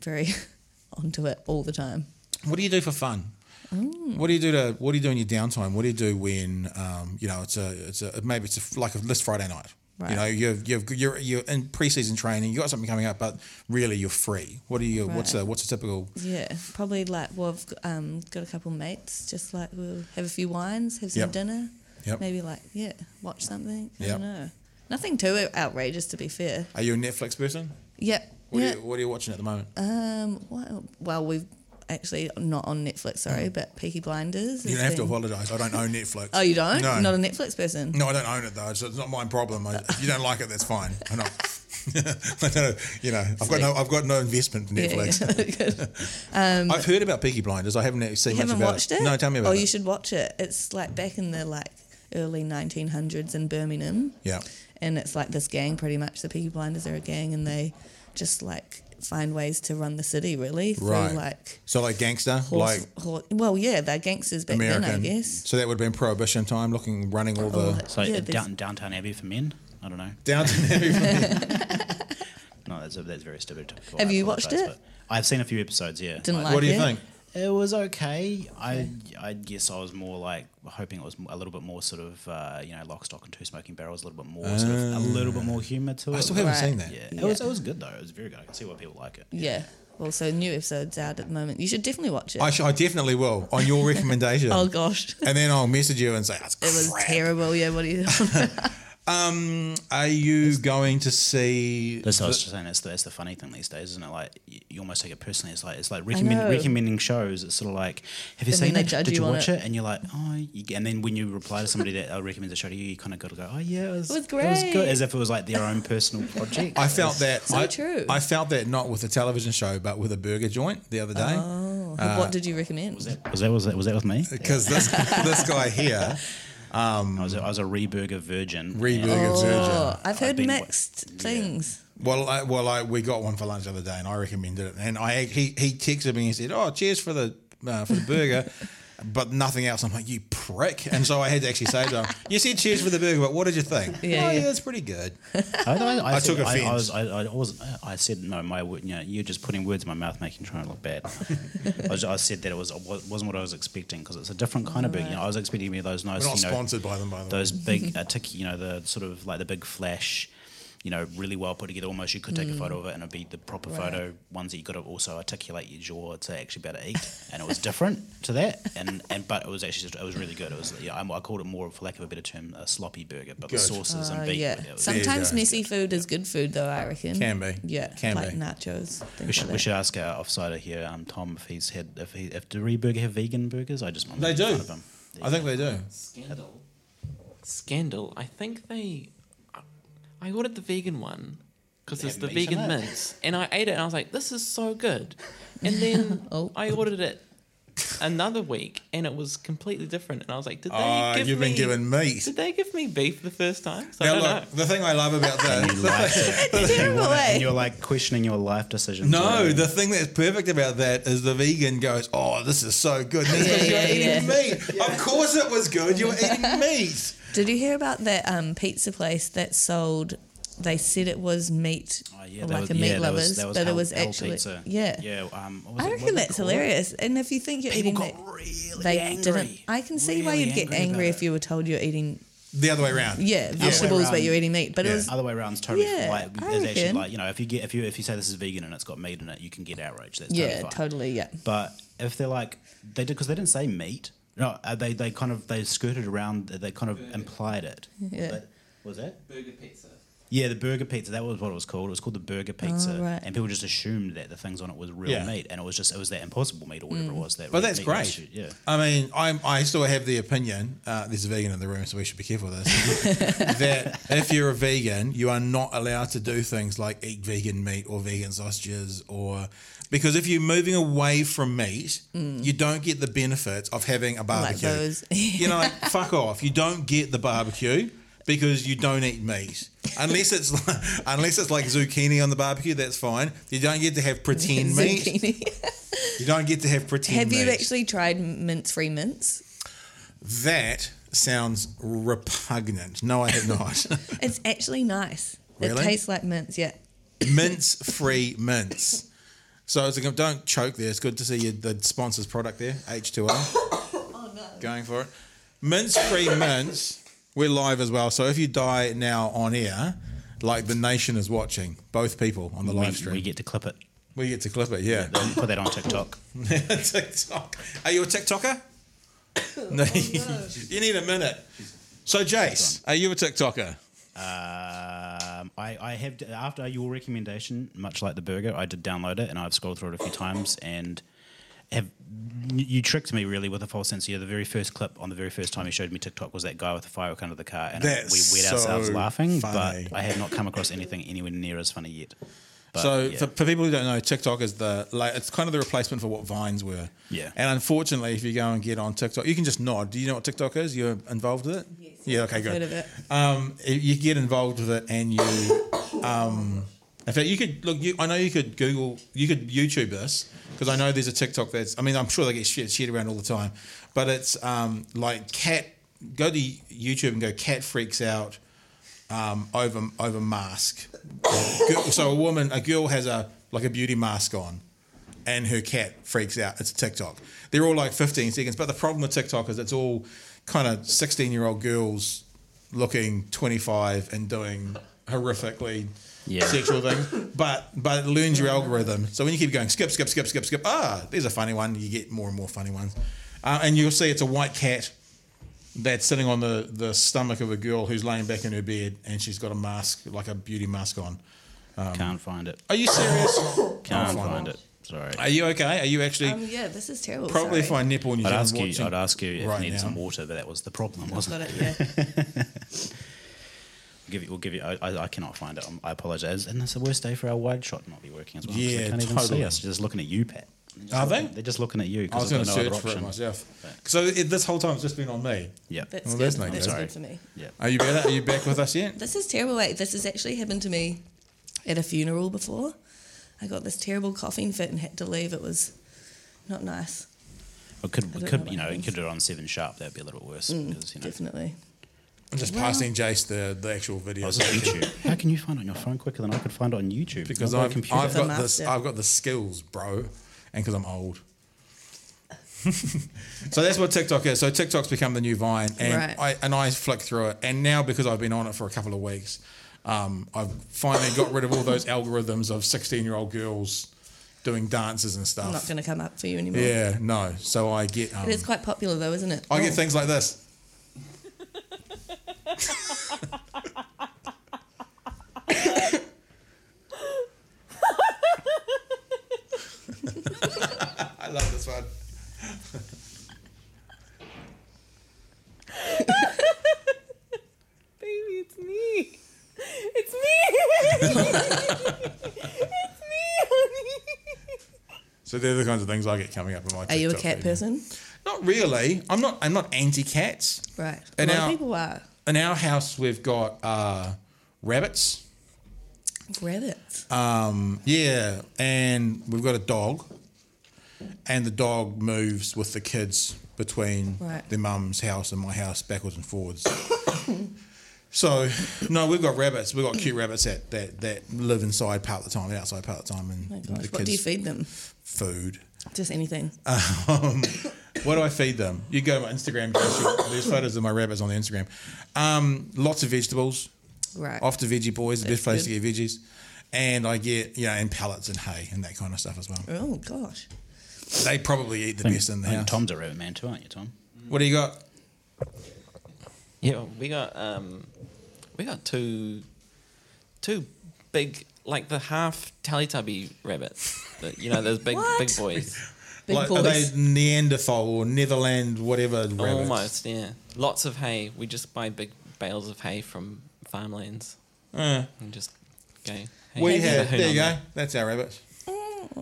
Speaker 3: very onto it all the time.
Speaker 1: What do you do for fun?
Speaker 3: Mm.
Speaker 1: What do you do to What do you do in your downtime? What do you do when um, you know it's a it's a maybe it's a, like a this Friday night. You
Speaker 3: Right.
Speaker 1: know you've you've you're you're in preseason training. You have got something coming up, but really you're free. What do you What's
Speaker 3: Right.
Speaker 1: a What's a typical
Speaker 3: Yeah, probably like well, I've g- um, got a couple mates. Just like we'll have a few wines, have some
Speaker 1: Yep.
Speaker 3: dinner,
Speaker 1: Yep.
Speaker 3: maybe like yeah, watch something. I
Speaker 1: Yep.
Speaker 3: don't know. Nothing too outrageous, to be fair.
Speaker 1: Are you a Netflix person?
Speaker 3: Yep.
Speaker 1: What,
Speaker 3: yeah.
Speaker 1: are, you, what are you watching at the moment?
Speaker 3: um. Well, well, we've actually not on Netflix. Sorry, but Peaky Blinders.
Speaker 1: Mm. you don't
Speaker 3: has
Speaker 1: have to
Speaker 3: been-
Speaker 1: apologise. I don't own Netflix.
Speaker 3: Oh, you don't?
Speaker 1: No.
Speaker 3: Not a Netflix person.
Speaker 1: no, I don't own it though. So it's not my problem. I, if you don't like it, that's fine. I know. I don't, you know, I've got no, I've got no investment in
Speaker 3: Yeah,
Speaker 1: Netflix.
Speaker 3: yeah. Good.
Speaker 1: I've heard about Peaky Blinders. I haven't seen
Speaker 3: You
Speaker 1: much
Speaker 3: haven't
Speaker 1: about
Speaker 3: watched it?
Speaker 1: No, tell me about
Speaker 3: oh,
Speaker 1: it.
Speaker 3: you should watch it. It's like back in the like early 1900s in Birmingham.
Speaker 1: Yeah.
Speaker 3: And it's like this gang, pretty much. The Peaky Blinders are a gang, and they just like find ways to run the city, really. Through,
Speaker 1: Right.
Speaker 3: Like,
Speaker 1: so like gangster,
Speaker 3: horse,
Speaker 1: like
Speaker 3: hor- well, yeah, they're gangsters back
Speaker 1: American.
Speaker 3: then, I guess. Oh,
Speaker 1: So that would have been Prohibition time, looking, running all the
Speaker 2: So uh,
Speaker 3: Yeah, there's-
Speaker 2: down, downtown Abbey for men. I don't know.
Speaker 1: downtown area.
Speaker 2: No, that's that's very stupid. Well,
Speaker 3: Have
Speaker 2: I
Speaker 3: you
Speaker 2: apologise,
Speaker 3: watched it?
Speaker 2: but I've seen a few episodes. Yeah.
Speaker 3: Didn't
Speaker 2: I-
Speaker 3: like
Speaker 1: what do you
Speaker 3: it.
Speaker 1: think?
Speaker 2: It was okay. I I guess I was more like hoping it was a little bit more sort of uh, you know lock, stock, and two smoking barrels. A little bit more sort of a little bit more humour to it.
Speaker 1: Uh. I still haven't
Speaker 3: Right.
Speaker 1: seen that.
Speaker 2: yeah, it was it was good though. It was very good. I can see why people like it.
Speaker 3: Yeah. Well, so new episodes out at the moment. You should definitely watch it.
Speaker 1: I, sh- I definitely will on your recommendation,
Speaker 3: oh gosh, it
Speaker 1: and then I'll message you and say that's crap.
Speaker 3: was terrible. Yeah. What do you?
Speaker 1: Are you going to see?
Speaker 2: That's what I was just saying. That's the, that's the funny thing these days, isn't it? Like you, you almost take it personally. It's like it's like recommend,
Speaker 3: know.
Speaker 2: recommending shows. It's sort of like, have you
Speaker 3: And then
Speaker 2: seen
Speaker 3: they
Speaker 2: it?
Speaker 3: judge
Speaker 2: Did you,
Speaker 3: you on
Speaker 2: watch
Speaker 3: it.
Speaker 2: it? And you're like, oh. You, and then when you reply to somebody that uh, recommends a show to you, you kind of got to go, oh yeah, it was,
Speaker 3: was
Speaker 2: It was good,
Speaker 3: great.
Speaker 2: as if it was like their own personal project.
Speaker 1: I felt that.
Speaker 3: So
Speaker 1: I,
Speaker 3: true.
Speaker 1: I felt that not with a television show, but with a burger joint the other day.
Speaker 3: Oh.
Speaker 1: Uh,
Speaker 3: what did you recommend?
Speaker 2: Was that was that was that with me?
Speaker 1: Because this this guy here,
Speaker 2: I was a, I was a reburger virgin.
Speaker 1: Reburger
Speaker 2: and-
Speaker 1: Virgin.
Speaker 3: Oh, I've
Speaker 2: I've
Speaker 3: heard
Speaker 2: been wa-
Speaker 3: mixed
Speaker 2: Yeah.
Speaker 3: things.
Speaker 1: Well, I, well, I, we got one for lunch the other day, and I recommended it. And I he he texted me and said, "Oh, cheers for the uh, for the burger." But nothing else. I'm like, you prick. And so I had to actually say to him, you said cheers for the burger, but what did you think?
Speaker 3: Yeah,
Speaker 1: oh,
Speaker 3: yeah.
Speaker 1: yeah, it's pretty good.
Speaker 2: I, I, I,
Speaker 1: took
Speaker 2: I,
Speaker 1: offence.
Speaker 2: I, was, I, I, was, I said no. My, wo- you know, you're just putting words in my mouth, making trying to look bad. I, was, I said that it was it wasn't what I was expecting because it's a different kind of burger. You know, I was expecting to be those nice,
Speaker 1: We're not
Speaker 2: you know,
Speaker 1: sponsored by them, by the way.
Speaker 2: those
Speaker 3: Mm-hmm.
Speaker 2: big, uh, tick, you know, the sort of like the big flash. You know, really well put together. Almost, you could take a photo of it, and it'd be the proper
Speaker 3: Mm. Right.
Speaker 2: photo ones that you got to also articulate your jaw to actually be able to eat. And it was different to that, and and but it was actually just, it was really good. It was yeah, I'm- I called it more, for lack of a better term, a sloppy burger, but
Speaker 1: Good.
Speaker 2: the sauces
Speaker 3: Oh,
Speaker 2: and beef.
Speaker 3: yeah.
Speaker 2: it was-
Speaker 3: Sometimes
Speaker 1: go.
Speaker 3: messy food is good food, though. I reckon.
Speaker 1: Can be.
Speaker 3: Yeah.
Speaker 1: Can
Speaker 3: like
Speaker 1: be.
Speaker 3: nachos. Things
Speaker 2: We should,
Speaker 3: like
Speaker 2: we
Speaker 3: that.
Speaker 2: should ask our offsider here, um, Tom, if he's had if he if do Reburger have vegan burgers? I just want to
Speaker 1: They
Speaker 2: make
Speaker 1: do.
Speaker 2: fun of him.
Speaker 1: I think they do.
Speaker 4: Scandal. Scandal. I think they. I ordered the vegan one because because
Speaker 2: They
Speaker 4: it's
Speaker 2: have
Speaker 4: the
Speaker 2: meat in
Speaker 4: vegan
Speaker 2: it.
Speaker 4: mince. And I ate it and I was like, this is so good. And then
Speaker 3: Oh.
Speaker 4: I ordered it another week and it was completely different. And I was like, did they
Speaker 1: Ah,
Speaker 4: give
Speaker 1: you've
Speaker 4: me,
Speaker 1: been given meat.
Speaker 4: Did they give me beef the first time? So I
Speaker 1: Now
Speaker 4: don't
Speaker 1: look, the thing I love about this,
Speaker 3: Terrible,
Speaker 2: And
Speaker 3: eh?
Speaker 2: you're like questioning your life decisions.
Speaker 1: No,
Speaker 2: Like,
Speaker 1: the thing that's perfect about that is the vegan goes, "Oh, this is so good." And it's 'cause
Speaker 3: Yeah,
Speaker 1: you're
Speaker 3: yeah,
Speaker 1: eating meat. Of course, it was good. You were eating meat.
Speaker 3: Did you hear about that um, pizza place that sold? They said it was meat,
Speaker 2: oh,
Speaker 3: or
Speaker 2: that
Speaker 3: like
Speaker 2: was-
Speaker 3: a meat
Speaker 2: that
Speaker 3: lovers,
Speaker 2: was- that
Speaker 3: but it
Speaker 2: Hell-
Speaker 3: was
Speaker 2: Hell
Speaker 3: actually
Speaker 2: Pizza.
Speaker 3: yeah.
Speaker 2: Yeah. Um, what was
Speaker 3: I
Speaker 2: it- what
Speaker 3: reckon
Speaker 2: they
Speaker 3: that's
Speaker 2: call it?
Speaker 3: hilarious. And if you think you're
Speaker 2: People
Speaker 3: eating
Speaker 2: got
Speaker 3: meat,
Speaker 2: really
Speaker 3: they
Speaker 2: angry.
Speaker 3: didn't. I can see why
Speaker 2: Really
Speaker 3: you'd get
Speaker 2: about
Speaker 3: angry
Speaker 2: it. Um,
Speaker 3: if you were told you're eating
Speaker 1: The other way around.
Speaker 3: yeah vegetables, but
Speaker 2: around.
Speaker 3: you're eating meat. But
Speaker 1: Yeah.
Speaker 3: it was
Speaker 2: other way around is totally
Speaker 3: Yeah, I
Speaker 2: fine. It's actually
Speaker 3: reckon.
Speaker 2: like you know if you get if you if you say this is vegan and it's got meat in it, you can get outraged. That's
Speaker 3: yeah,
Speaker 2: fine.
Speaker 3: totally yeah.
Speaker 2: But if they're like they did because they didn't say meat. No, uh, they they kind of they skirted around. They kind of implied it.
Speaker 3: Yeah.
Speaker 2: But- was that?
Speaker 4: Burger pizza.
Speaker 2: Yeah, the burger pizza. That was what it was called. It was called the burger pizza,
Speaker 3: right.
Speaker 2: and people just assumed that the things on it was real
Speaker 1: Yeah.
Speaker 2: meat, and it was just it was that impossible meat or whatever it was. That
Speaker 1: But
Speaker 2: red
Speaker 1: that's
Speaker 2: meat
Speaker 1: great.
Speaker 2: was- Yeah.
Speaker 1: I mean, I'm, I still have the opinion. Uh, there's a vegan in the room, so we should be careful with this. that if you're a vegan, you are not allowed to do things like eat vegan meat or vegan sausages, or because if you're moving away from meat, you don't get the benefits of having a barbecue.
Speaker 3: Mm. those-
Speaker 1: you know, like, fuck off. You don't get the barbecue because you don't eat meat. Unless it's like, unless it's like zucchini on the barbecue, that's fine. You don't get to have pretend meat.
Speaker 3: Zucchini.
Speaker 1: You don't get to have pretend.
Speaker 3: Have you
Speaker 1: meat.
Speaker 3: actually tried mince-free mince?
Speaker 1: That sounds repugnant. No, I have not.
Speaker 3: It's actually nice. It
Speaker 1: Really?
Speaker 3: tastes like mince. Yeah.
Speaker 1: mince free mince. So it's a, don't choke there. It's good to see you, the sponsor's product there, H2O. oh, no. Going for it. Mince free mince. We're live as well. So if you die now on air, like the nation is watching, both people on the
Speaker 2: We,
Speaker 1: live stream,
Speaker 2: we get to clip it.
Speaker 1: we get to clip it. Yeah.
Speaker 2: Don't Put that on TikTok.
Speaker 1: TikTok. Are you a TikToker? Oh, no. you need a minute. So, Jace, are you a TikToker?
Speaker 2: Um, I, I have after your recommendation, much like the burger, I did download it and I've scrolled through it a few times and have you tricked me really with a false sense. Yeah, the very first clip on the very first time you showed me TikTok was that guy with the firework under the car, and
Speaker 1: That's
Speaker 2: we weird ourselves
Speaker 1: so
Speaker 2: laughing.
Speaker 1: funny.
Speaker 2: But I have not come across anything anywhere near as funny yet. But,
Speaker 1: so
Speaker 2: yeah.
Speaker 1: for, for people who don't know, TikTok is the like it's kind of the replacement for what Vines were.
Speaker 2: Yeah.
Speaker 1: And unfortunately, if you go and get on TikTok, you can just nod. Do you know what TikTok is? You're involved with it. Yes. Yeah. Okay. Good.
Speaker 3: Heard of it.
Speaker 1: Um, y- you get involved with it, and you, um, in fact, you could look. You, I know you could Google, you could YouTube this because I know there's a TikTok that's. I mean, I'm sure they get shared, shared around all the time, but it's um, like cat. Go to YouTube and go cat freaks out um, over over mask. Girl- so a woman, a girl has a like a beauty mask on, and her cat freaks out. It's TikTok. They're all like 15 seconds, but the problem with TikTok is it's all kind of 16 year old girls looking 25 and doing horrifically
Speaker 2: Yeah.
Speaker 1: sexual things. But but it learns your algorithm. So when you keep going skip skip skip skip skip, ah, there's a funny one. You get more and more funny ones, uh, and you'll see it's a white cat that's sitting on the, the stomach of a girl who's laying back in her bed and she's got a mask, like a beauty mask on.
Speaker 2: can't find it.
Speaker 1: Are you serious?
Speaker 2: Can't
Speaker 1: find
Speaker 2: find it. Sorry.
Speaker 1: Are you okay? Are you actually
Speaker 3: Um, yeah, this is terrible.
Speaker 1: probably if I
Speaker 3: sorry.
Speaker 1: nipple and you
Speaker 2: I'd ask
Speaker 1: watching?
Speaker 2: you. I'd ask you if
Speaker 1: right
Speaker 2: you needed some
Speaker 1: now.
Speaker 2: water, but that was the problem,
Speaker 3: Got
Speaker 2: wasn't it?
Speaker 3: it. Yeah.
Speaker 2: We'll give you. We'll give you. I, I, I cannot find it. I'm, I apologize. And it's the worst day for our wide shot not be working as well. 'cause
Speaker 1: Yeah,
Speaker 2: they can't even
Speaker 1: totally.
Speaker 2: see us. They're just looking at you, Pat. They're just
Speaker 1: Are
Speaker 2: looking-
Speaker 1: they?
Speaker 2: They're just looking at you.
Speaker 1: I was
Speaker 2: 'cause
Speaker 1: going to
Speaker 2: there's no
Speaker 1: search
Speaker 2: other
Speaker 1: for it
Speaker 2: option.
Speaker 1: myself. So it, this whole time it's just been on me.
Speaker 2: Yeah.
Speaker 3: That's
Speaker 1: Well,
Speaker 3: good.
Speaker 1: there's
Speaker 3: That's,
Speaker 1: no good.
Speaker 2: Sorry.
Speaker 3: good for me.
Speaker 2: yeah.
Speaker 1: Are you better? Are you back with us yet?
Speaker 3: This is terrible. Wait, this has actually happened to me at a funeral before. I got this terrible coughing fit and had to leave. It was not nice,
Speaker 2: It could,
Speaker 3: I
Speaker 2: it
Speaker 3: don't
Speaker 2: could
Speaker 3: know
Speaker 2: you know,
Speaker 3: what
Speaker 2: it could do it on seven sharp. That'd be a little bit worse. because, you know,
Speaker 3: definitely.
Speaker 1: I'm just
Speaker 3: Well-
Speaker 1: passing Jace the, the actual video.
Speaker 2: I was on YouTube. How can you find it on your phone quicker than I could find it on YouTube?
Speaker 1: because
Speaker 2: Not my
Speaker 1: I've,
Speaker 2: computer.
Speaker 1: I've
Speaker 3: The
Speaker 1: got this
Speaker 3: master.
Speaker 1: I've got the skills, bro, and because I'm old. so that's what TikTok is. So TikTok's become the new Vine, and
Speaker 3: Right.
Speaker 1: I and I flick through it. And now because I've been on it for a couple of weeks, um, I've finally got rid of all those algorithms of sixteen-year-old girls doing dances and
Speaker 3: I'm not
Speaker 1: stuff.
Speaker 3: going to come up for you anymore.
Speaker 1: Yeah, no. So I get um,
Speaker 3: But it's quite popular though, isn't it?
Speaker 1: I
Speaker 3: Oh.
Speaker 1: get things like this. I love this one.
Speaker 4: Baby, it's me. It's me.
Speaker 1: they're the kinds of things I get coming up in my.
Speaker 3: Are you a cat person?
Speaker 1: Not really. I'm not. I'm not anti cats.
Speaker 3: Right.
Speaker 1: And
Speaker 3: a lot
Speaker 1: our-
Speaker 3: of people are
Speaker 1: In our house, we've got uh, rabbits.
Speaker 3: rabbits.
Speaker 1: Um, yeah, and we've got a dog, and the dog moves with the kids between
Speaker 3: Right.
Speaker 1: their mum's house and my house backwards and forwards. so, no, we've got rabbits. We've got cute rabbits that that, that live inside part of the time and outside part of the time, and
Speaker 3: Oh my gosh,
Speaker 1: the
Speaker 3: what do you
Speaker 1: kids
Speaker 3: feed them?
Speaker 1: food.
Speaker 3: Just anything.
Speaker 1: Um, what do I feed them? You go to my Instagram. There's there's photos of my rabbits on the Instagram. Um, lots of vegetables.
Speaker 3: Right.
Speaker 1: Off to Veggie Boys, the
Speaker 3: That's
Speaker 1: best place
Speaker 3: good.
Speaker 1: to get veggies. And I get, you know, and pellets and hay and that kind of stuff as well.
Speaker 3: oh gosh.
Speaker 1: They probably eat the best in the
Speaker 2: I think
Speaker 1: house.
Speaker 2: Tom's a rabbit man too, aren't you, Tom?
Speaker 1: What do you got?
Speaker 4: Yeah, we got um, we got two, two big like the half Teletubby rabbits. that- you know those big big
Speaker 3: What?
Speaker 4: boys.
Speaker 3: Big
Speaker 1: like,
Speaker 3: boys.
Speaker 1: Are they Neanderthal or Netherland, whatever rabbits?
Speaker 4: Almost, yeah. Lots of hay. We just buy big bales of hay from farmlands
Speaker 1: Uh,
Speaker 4: and just go. Hey, Oh.
Speaker 1: we
Speaker 4: have a
Speaker 1: have,
Speaker 4: hoon
Speaker 1: there you
Speaker 4: on
Speaker 1: go.
Speaker 4: that.
Speaker 1: That's our rabbits.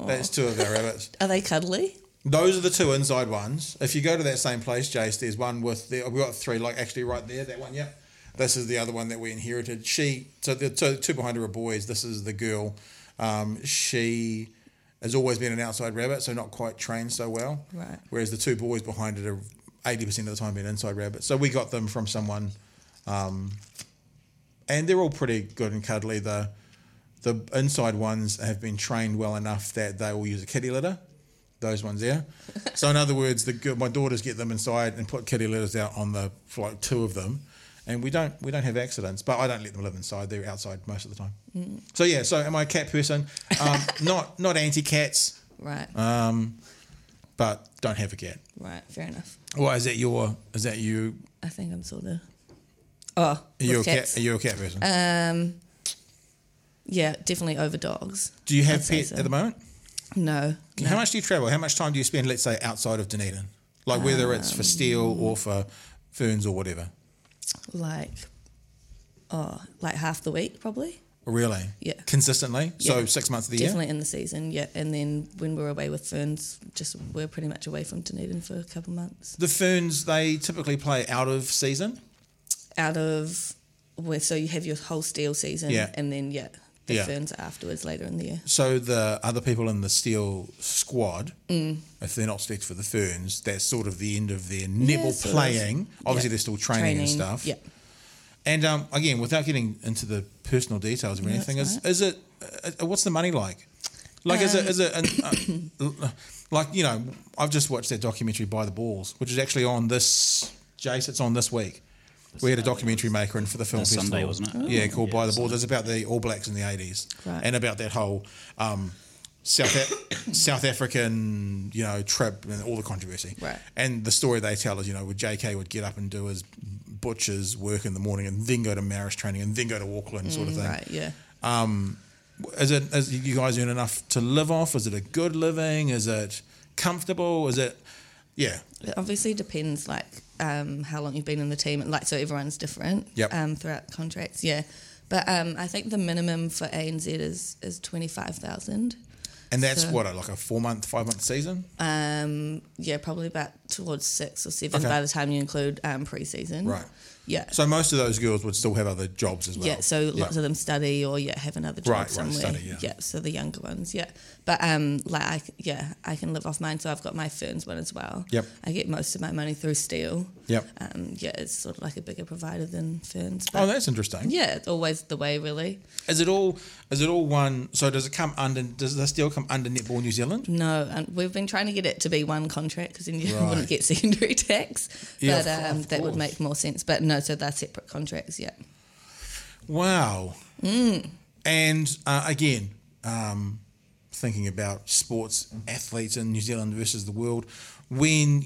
Speaker 1: That's two of our rabbits.
Speaker 3: Mm. Are they cuddly?
Speaker 1: Those are the two inside ones. If you go to that same place, Jace, there's one with the we've got three, like actually right there, that one, yep. This is the other one that we inherited. She so the so the two behind her are boys. This is the girl. Um, she has always been an outside rabbit, so not quite trained so well.
Speaker 3: Right.
Speaker 1: Whereas the two boys behind it are eighty percent of the time being inside rabbits. So we got them from someone. Um, and they're all pretty good and cuddly. The the inside ones have been trained well enough that they will use a kitty litter. Those ones there. so in other words, the girl- my daughters get them inside and put kitty litters out on the like two of them, and we don't we don't have accidents. But I don't let them live inside; they're outside most of the time.
Speaker 3: Mm.
Speaker 1: So yeah, so am I a cat person? Um, not not anti cats,
Speaker 3: Right.
Speaker 1: Uh, but don't have a cat.
Speaker 3: right. Fair enough.
Speaker 1: Well, is that your is that you?
Speaker 3: I think I'm sort of. Oh,
Speaker 1: Are you a
Speaker 3: with
Speaker 1: cat?
Speaker 3: cats.
Speaker 1: Are you a cat person?
Speaker 3: Um, yeah, definitely over dogs.
Speaker 1: do you
Speaker 3: I'd
Speaker 1: have
Speaker 3: say
Speaker 1: pets
Speaker 3: so.
Speaker 1: at the moment?
Speaker 3: No, no.
Speaker 1: How much do you travel? How much time do you spend, let's say, outside of Dunedin? Like whether it's for steel
Speaker 3: Um.
Speaker 1: or for ferns or whatever.
Speaker 3: like, oh, like half the week probably.
Speaker 1: Really?
Speaker 3: Yeah.
Speaker 1: Consistently? So
Speaker 3: Yeah.
Speaker 1: six months of the
Speaker 3: Definitely in the season, yeah. And then when we're away with ferns, just we're pretty much away from Dunedin for a couple months.
Speaker 1: year? The ferns, they typically play out of season.
Speaker 3: Out of where, so you have your whole steel season,
Speaker 1: Yeah.
Speaker 3: and then yeah, the
Speaker 1: Yeah.
Speaker 3: ferns are afterwards later in the year.
Speaker 1: So the other people in the steel squad,
Speaker 3: Mm.
Speaker 1: if they're not selected for the ferns, that's sort of the end of their nibble
Speaker 3: sort of.
Speaker 1: playing. Obviously,
Speaker 3: Yeah.
Speaker 1: they're still training, and stuff.
Speaker 3: yeah.
Speaker 1: And um, again, without getting into the personal details or anything,
Speaker 3: that's
Speaker 1: is is it uh, what's the money like? Like is it is it an, uh, like you know I've just watched that documentary by the balls, which is actually on this Jace. It's on this week. We had a documentary maker in for the film
Speaker 2: This
Speaker 1: festival.
Speaker 2: Sunday, wasn't it?
Speaker 1: Yeah, called By the Balls. It's about the All Blacks in the eighties
Speaker 3: Right.
Speaker 1: and about that whole um, South Af- South African you know trip and all the controversy.
Speaker 3: Right.
Speaker 1: And the story they tell is, you know, where JK would get up and do his butcher's work in the morning and then go to Maris training and then go to Auckland sort of thing.
Speaker 3: Mm, Right, yeah.
Speaker 1: Is it, is you guys earn enough to live off? Is it a good living? Is it comfortable? Is it, yeah.
Speaker 3: It obviously depends like um, how long you've been in the team, and like so everyone's different.
Speaker 1: Yep.
Speaker 3: Um, throughout contracts, yeah. But um, I think the minimum for ANZ is is twenty five thousand.
Speaker 1: And that's
Speaker 3: So-
Speaker 1: what, like a four month, five month season?
Speaker 3: Um, yeah, probably about towards six or seven
Speaker 1: Okay.
Speaker 3: by the time you include um, pre-season.
Speaker 1: Right.
Speaker 3: Yeah.
Speaker 1: So most of those girls would still have other jobs as well.
Speaker 3: yeah, so lots of them study or yeah have another job
Speaker 1: Right, right,
Speaker 3: somewhere.
Speaker 1: study, yeah.
Speaker 3: so the younger ones, yeah. But um, like I, c- yeah, I can live off mine, so I've got my ferns one as well.
Speaker 1: Yep.
Speaker 3: I get most of my money through steel.
Speaker 1: Yep.
Speaker 3: Um, yeah, it's sort of like a bigger provider than ferns. But
Speaker 1: Oh, that's interesting.
Speaker 3: yeah, it's always the way really.
Speaker 1: Is it all? Is it all one? So does it come under? Does the still come under Netball New Zealand?
Speaker 3: No, and we've been trying to get it to be one contract because then you
Speaker 1: Right.
Speaker 3: wouldn't get secondary tax.
Speaker 1: Yeah,
Speaker 3: but
Speaker 1: of-
Speaker 3: um,
Speaker 1: of
Speaker 3: that would
Speaker 1: course.
Speaker 3: make more sense. But no, so they're separate contracts. Yeah.
Speaker 1: Wow. And uh, again, um, thinking about sports athletes in New Zealand versus the world, when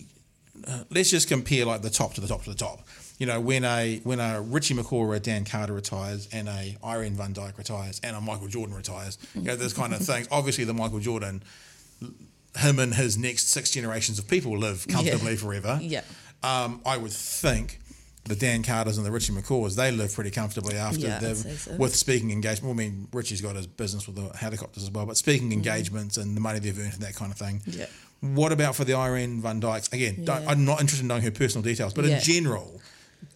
Speaker 1: uh, let's just compare like the top to the top to the top. You know, when a when a Richie McCaw or a Dan Carter retires, and a Irene Van Dyke retires, and a Michael Jordan retires, you know, those kind of things. Obviously, the Michael Jordan, him and his next six generations of people live comfortably forever.
Speaker 3: Yeah.
Speaker 1: Um, I would think the Dan Carters and the Richie McCaws, they live pretty comfortably after
Speaker 3: Yeah, I'd
Speaker 1: them
Speaker 3: say so.
Speaker 1: with speaking engagements. Well, I mean, Richie's got his business with the helicopters as well, but speaking engagements and the money they've earned and that kind of thing.
Speaker 3: Mm-hmm. Yeah.
Speaker 1: What about for the Irene Van Dykes? Again, don't,
Speaker 3: Yeah.
Speaker 1: I'm not interested in knowing her personal details, but
Speaker 3: Yeah.
Speaker 1: in general,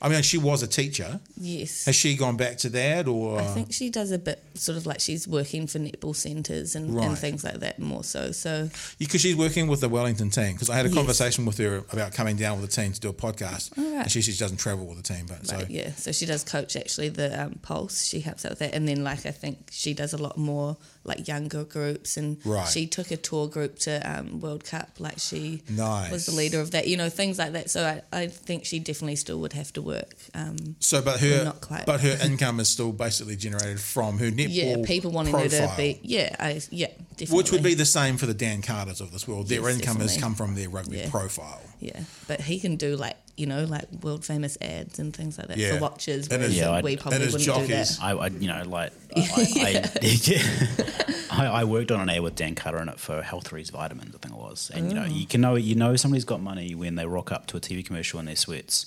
Speaker 1: I mean, she was a teacher.
Speaker 3: Yes.
Speaker 1: Has she gone back to that, or
Speaker 3: I think she does a bit sort of like she's working for netball centres and,
Speaker 1: Right.
Speaker 3: and things like that more so. So
Speaker 1: because she's working with the Wellington team? Because I had a
Speaker 3: Yes.
Speaker 1: conversation with her about coming down with the team to do a podcast,
Speaker 3: All right.
Speaker 1: and she, she doesn't travel with the team, but so
Speaker 3: Right, yeah, so she does coach actually the um, Pulse. She helps out with that, and then like I think she does a lot more like younger groups, and
Speaker 1: Right.
Speaker 3: she took a tour group to um, World Cup. Like she was
Speaker 1: Nice.
Speaker 3: the leader of that, you know, things like that. So I, I think she definitely still would have to work. Um,
Speaker 1: So, but
Speaker 3: We're
Speaker 1: her,
Speaker 3: not quite.
Speaker 1: but her income is still basically generated from her netball.
Speaker 3: yeah, people wanting
Speaker 1: profile,
Speaker 3: her to be, yeah, I, yeah, definitely.
Speaker 1: which would be the same for the Dan Carters of this world. Their
Speaker 3: Yes,
Speaker 1: income has
Speaker 3: definitely.
Speaker 1: come from their rugby
Speaker 3: Yeah.
Speaker 1: profile.
Speaker 3: yeah, but he can do like you know like world famous ads and things like that
Speaker 1: Yeah.
Speaker 3: for watches.
Speaker 1: And
Speaker 3: Whereas
Speaker 1: his-
Speaker 2: Yeah,
Speaker 3: we
Speaker 2: and
Speaker 3: probably
Speaker 1: his
Speaker 3: wouldn't do
Speaker 1: jockeys.
Speaker 3: that.
Speaker 2: I, I you know, like I, I, I, I, I worked on an ad with Dan Carter in it for Health Reads vitamins, I think it was. And you know,
Speaker 3: Mm.
Speaker 2: you can know you know somebody's got money when they rock up to a TV commercial in their sweats,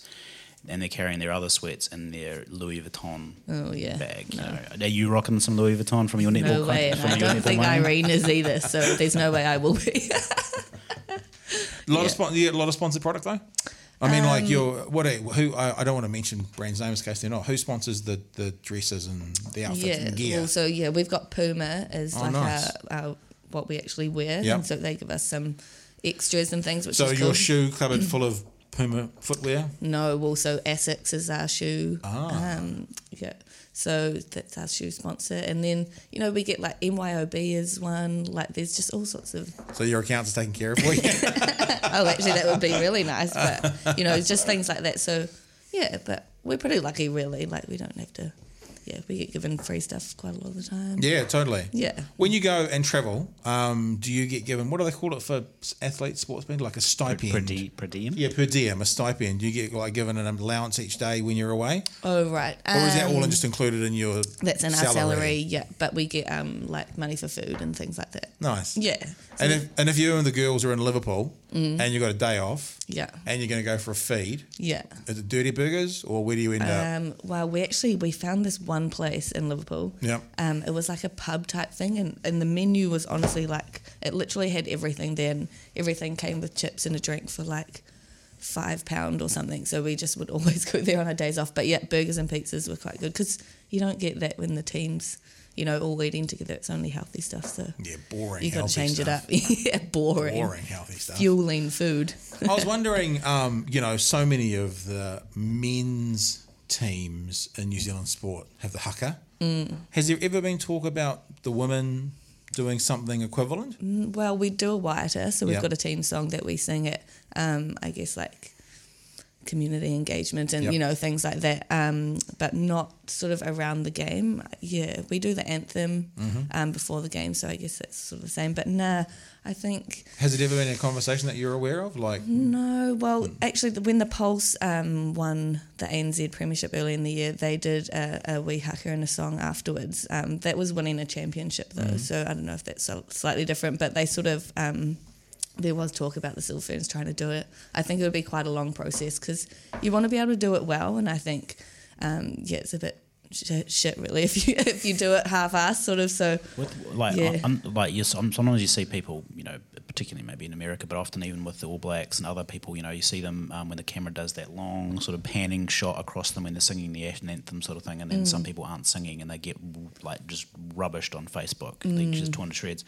Speaker 2: and they're carrying their other sweats and their Louis Vuitton
Speaker 3: Oh, yeah.
Speaker 2: bag. You know, are you rocking some Louis Vuitton from your netball?
Speaker 3: No way, and
Speaker 2: from
Speaker 3: I
Speaker 2: your
Speaker 3: don't
Speaker 2: netball
Speaker 3: think
Speaker 2: money?
Speaker 3: Irene is either. So there's no way I will be.
Speaker 1: A lot of
Speaker 3: Yeah. Um,
Speaker 1: spon- yeah, a lot of sponsored product though. I mean, like your what? are- Who? I, I don't want to mention brands' names in case they're not. Who sponsors the the dresses and the outfits
Speaker 3: yeah.
Speaker 1: and gear?
Speaker 3: Well, so yeah, we've got Puma as
Speaker 1: Oh,
Speaker 3: like
Speaker 1: nice.
Speaker 3: our, our what we actually wear,
Speaker 1: Yeah.
Speaker 3: and so they give us some extras and things, which
Speaker 1: so
Speaker 3: is
Speaker 1: your
Speaker 3: cool.
Speaker 1: shoe cupboard full of Puma footwear.
Speaker 3: no, also Asics is our shoe.
Speaker 1: Ah.
Speaker 3: Um, yeah. So that's our shoe sponsor, and then you know we get like MYOB is one. Like there's just all sorts of.
Speaker 1: So your accounts are taken care of for you.
Speaker 3: Oh, actually, that would be really nice, but you know, just things like that. So yeah, but we're pretty lucky, really. Like we don't have to. Yeah, we get given free stuff quite a lot of the time.
Speaker 1: yeah, totally.
Speaker 3: Yeah.
Speaker 1: When you go and travel, um, do you get given what do they call it for athletes, sportsmen, like a stipend?
Speaker 2: Per, di- per diem?
Speaker 1: Yeah, per diem, a stipend. You get like given an allowance each day when you're away,
Speaker 3: Oh right.
Speaker 1: or is that
Speaker 3: Um,
Speaker 1: all just included in your?
Speaker 3: That's in our salary, yeah. But we get um like money for food and things like that.
Speaker 1: Nice.
Speaker 3: Yeah. So
Speaker 1: And if and if you and the girls are in Liverpool and you got a day off,
Speaker 3: Yeah.
Speaker 1: and you're going to go for a feed,
Speaker 3: yeah.
Speaker 1: is it Dirty Burgers or where do you end up?
Speaker 3: Um, well, we actually we found this one place in Liverpool.
Speaker 1: Yep.
Speaker 3: Um, it was like a pub type thing, and, and the menu was honestly like it literally had everything. Then everything came with chips and a drink for like five pound or something. So we just would always go there on our days off. But yeah, burgers and pizzas were quite good because you don't get that when the teams, you know, all eating together. It's only healthy stuff. So
Speaker 1: Yeah, boring.
Speaker 3: you got
Speaker 1: healthy
Speaker 3: to change it up.
Speaker 1: stuff.
Speaker 3: yeah, boring.
Speaker 1: Boring healthy stuff.
Speaker 3: Fueling food.
Speaker 1: I was wondering, um, you know, so many of the men's teams in New Zealand sport have the haka.
Speaker 3: Mm.
Speaker 1: Has there ever been talk about the women doing something equivalent?
Speaker 3: Well, we do a waiata, so we've
Speaker 1: Yep.
Speaker 3: got a team song that we sing at, um, I guess, like community engagement and,
Speaker 1: Yep.
Speaker 3: you know, things like that, um, but not sort of around the game. Yeah, we do the anthem um, before the game, so I guess that's sort of the same. But nah, I think,
Speaker 1: Has it ever been a conversation that you're aware of? Like,
Speaker 3: no, well, actually, the- when the Pulse um, won the ANZ Premiership early in the year, they did a, a wee haka and a song afterwards. Um, that was winning a championship, though, so I don't know if that's so- slightly different, but they sort of. Um, there was talk about the Silverferns trying to do it. I think it would be quite a long process because you want to be able to do it well, and I think um, yeah, it's a bit shit, shit really if you if you do it half-assed sort of. So
Speaker 2: With, like,
Speaker 3: Yeah.
Speaker 2: I'm, like yes, I'm, sometimes you see people, you know, particularly maybe in America, but often even with the All Blacks and other people, you know, you see them um, when the camera does that long sort of panning shot across them when they're singing the Ashen Anthem sort of thing, and then some people aren't singing and they get like just rubbished on Facebook, they just torn to shreds.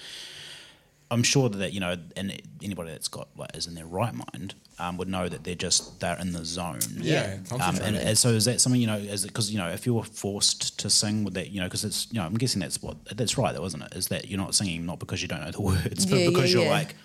Speaker 2: I'm sure that you know, and anybody that's got like is in their right mind um, would know that they're just they're in the zone.
Speaker 1: Yeah,
Speaker 2: Um, and,
Speaker 1: concentrating.
Speaker 2: and so is that something you know? Is because you know if you're forced to sing with that, you know, because it's you know I'm guessing that's what that's right though, isn't it? Is that you're not singing not because you don't know the words, but
Speaker 3: Yeah, yeah,
Speaker 2: because you're
Speaker 3: yeah.
Speaker 2: like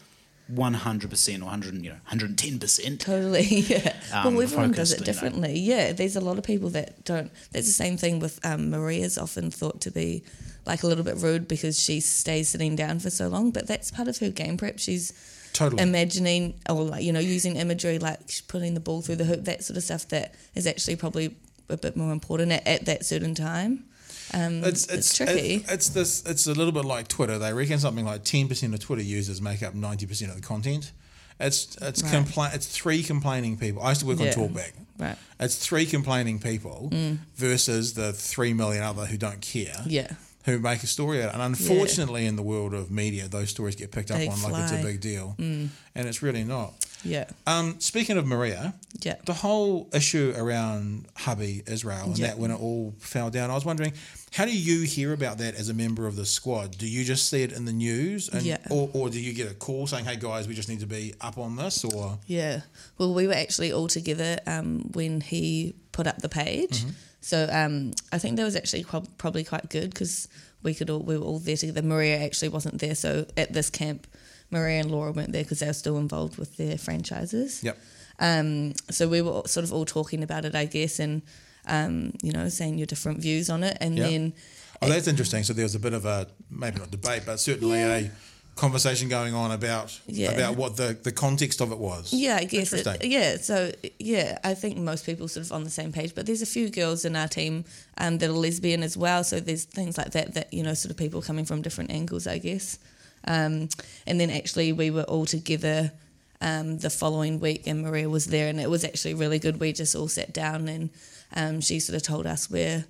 Speaker 2: 100 percent or 100 you know 110 percent.
Speaker 3: Totally, yeah.
Speaker 2: Um,
Speaker 3: well, everyone does
Speaker 2: focused,
Speaker 3: it
Speaker 2: you know.
Speaker 3: differently. Yeah, there's a lot of people that don't. That's the same thing with um, Maria's often thought to be like a little bit rude because she stays sitting down for so long, but that's part of her game prep. She's
Speaker 1: totally.
Speaker 3: imagining or like you know using imagery like putting the ball through the hoop, that sort of stuff that is actually probably a bit more important at, at that certain time. Um,
Speaker 1: it's,
Speaker 3: it's,
Speaker 1: it's
Speaker 3: tricky.
Speaker 1: it- it's this. It's a little bit like Twitter. They reckon something like ten percent of Twitter users make up ninety percent of the content, It's it's
Speaker 3: Right.
Speaker 1: compla- It's three complaining people. I used to work
Speaker 3: Yeah.
Speaker 1: on Talkback.
Speaker 3: Right.
Speaker 1: It's three complaining people versus the three million other who don't care.
Speaker 3: Yeah.
Speaker 1: Who make a story out of it. And unfortunately, in the world of media, those stories get picked up
Speaker 3: They
Speaker 1: on like it's a
Speaker 3: fly. Mm.
Speaker 1: big deal. And it's really not.
Speaker 3: Yeah.
Speaker 1: Um, speaking of Maria,
Speaker 3: Yeah.
Speaker 1: the whole issue around hubby Israel and
Speaker 3: Yeah.
Speaker 1: that when it all fell down, I was wondering, how do you hear about that as a member of the squad? Do you just see it in the news, and
Speaker 3: Yeah.
Speaker 1: or, or do you get a call saying, "Hey guys, we just need to be up on this"? Or
Speaker 3: Yeah. Well, we were actually all together um, when he put up the page. So um, I think that was actually qu- probably quite good because we could all we were all there together. Maria actually wasn't there, so at this camp, Maria and Laura weren't there because they were still involved with their franchises.
Speaker 1: yep,
Speaker 3: Um, so we were all- sort of all talking about it, I guess, and um, you know, saying your different views on it, and
Speaker 1: Yeah.
Speaker 3: then
Speaker 1: oh, that's interesting. So there was a bit of a maybe not debate, but certainly a conversation going on about
Speaker 3: Yeah.
Speaker 1: about what the the context of it was.
Speaker 3: Yeah, I guess. It,
Speaker 1: Interesting.
Speaker 3: yeah, so yeah, I think most people sort of on the same page, but there's a few girls in our team um, that are lesbian as well. So there's things like that that you know, sort of people coming from different angles, I guess. Um, and then actually, we were all together um, the following week, and Maria was there, and it was actually really good. We just all sat down, and um, she sort of told us where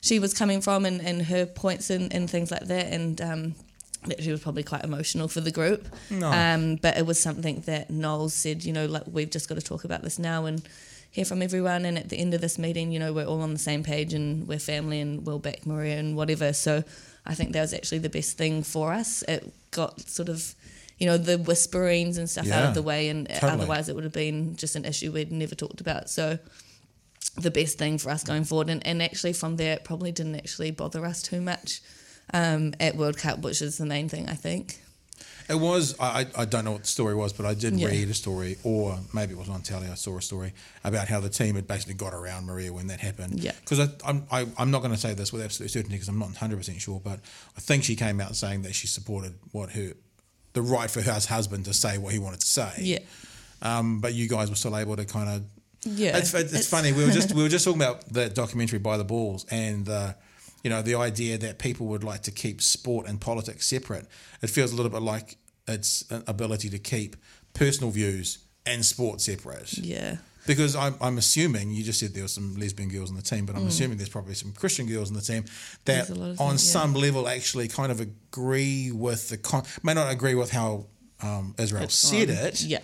Speaker 3: she was coming from and, and her points and, and things like that, and um, that she was probably quite emotional for the group.
Speaker 1: No.
Speaker 3: Um, but it was something that Noel said, you know, like we've just got to talk about this now and hear from everyone. And at the end of this meeting, you know, we're all on the same page and we're family and we'll back Maria and whatever. So I think that was actually the best thing for us. It got sort of, you know, the whisperings and stuff out
Speaker 1: Yeah,
Speaker 3: of the way, and
Speaker 1: totally.
Speaker 3: otherwise it would have been just an issue we'd never talked about. So the best thing for us going forward. And, and actually, from there, it probably didn't actually bother us too much um, at World Cup, which is the main thing, I think.
Speaker 1: It was. I, I- I don't know what the story was, but I did
Speaker 3: Yeah.
Speaker 1: read a story, or maybe it was on telly. I saw a story about how the team had basically got around Maria when that happened.
Speaker 3: Yeah.
Speaker 1: Because I'm I, I'm not going to say this with absolute certainty because I'm not 100 percent sure, but I think she came out saying that she supported what her the right for her as husband to say what he wanted to say.
Speaker 3: Yeah.
Speaker 1: Um, but you guys were still able to kind of
Speaker 3: Yeah.
Speaker 1: it's, it's, it's funny. We were just we were just talking about that documentary by the balls and the, you know, the idea that people would like to keep sport and politics separate. It feels a little bit like its an ability to keep personal views and sport separate.
Speaker 3: Yeah.
Speaker 1: Because I'm, I'm assuming you just said there were some lesbian girls on the team, but I'm assuming there's probably some Christian girls on the team that
Speaker 3: Mm. There's a lot of
Speaker 1: on
Speaker 3: them, yeah.
Speaker 1: some level actually kind of agree with the con- may not agree with how um, Israel said
Speaker 3: Um,
Speaker 1: it,
Speaker 3: Yeah.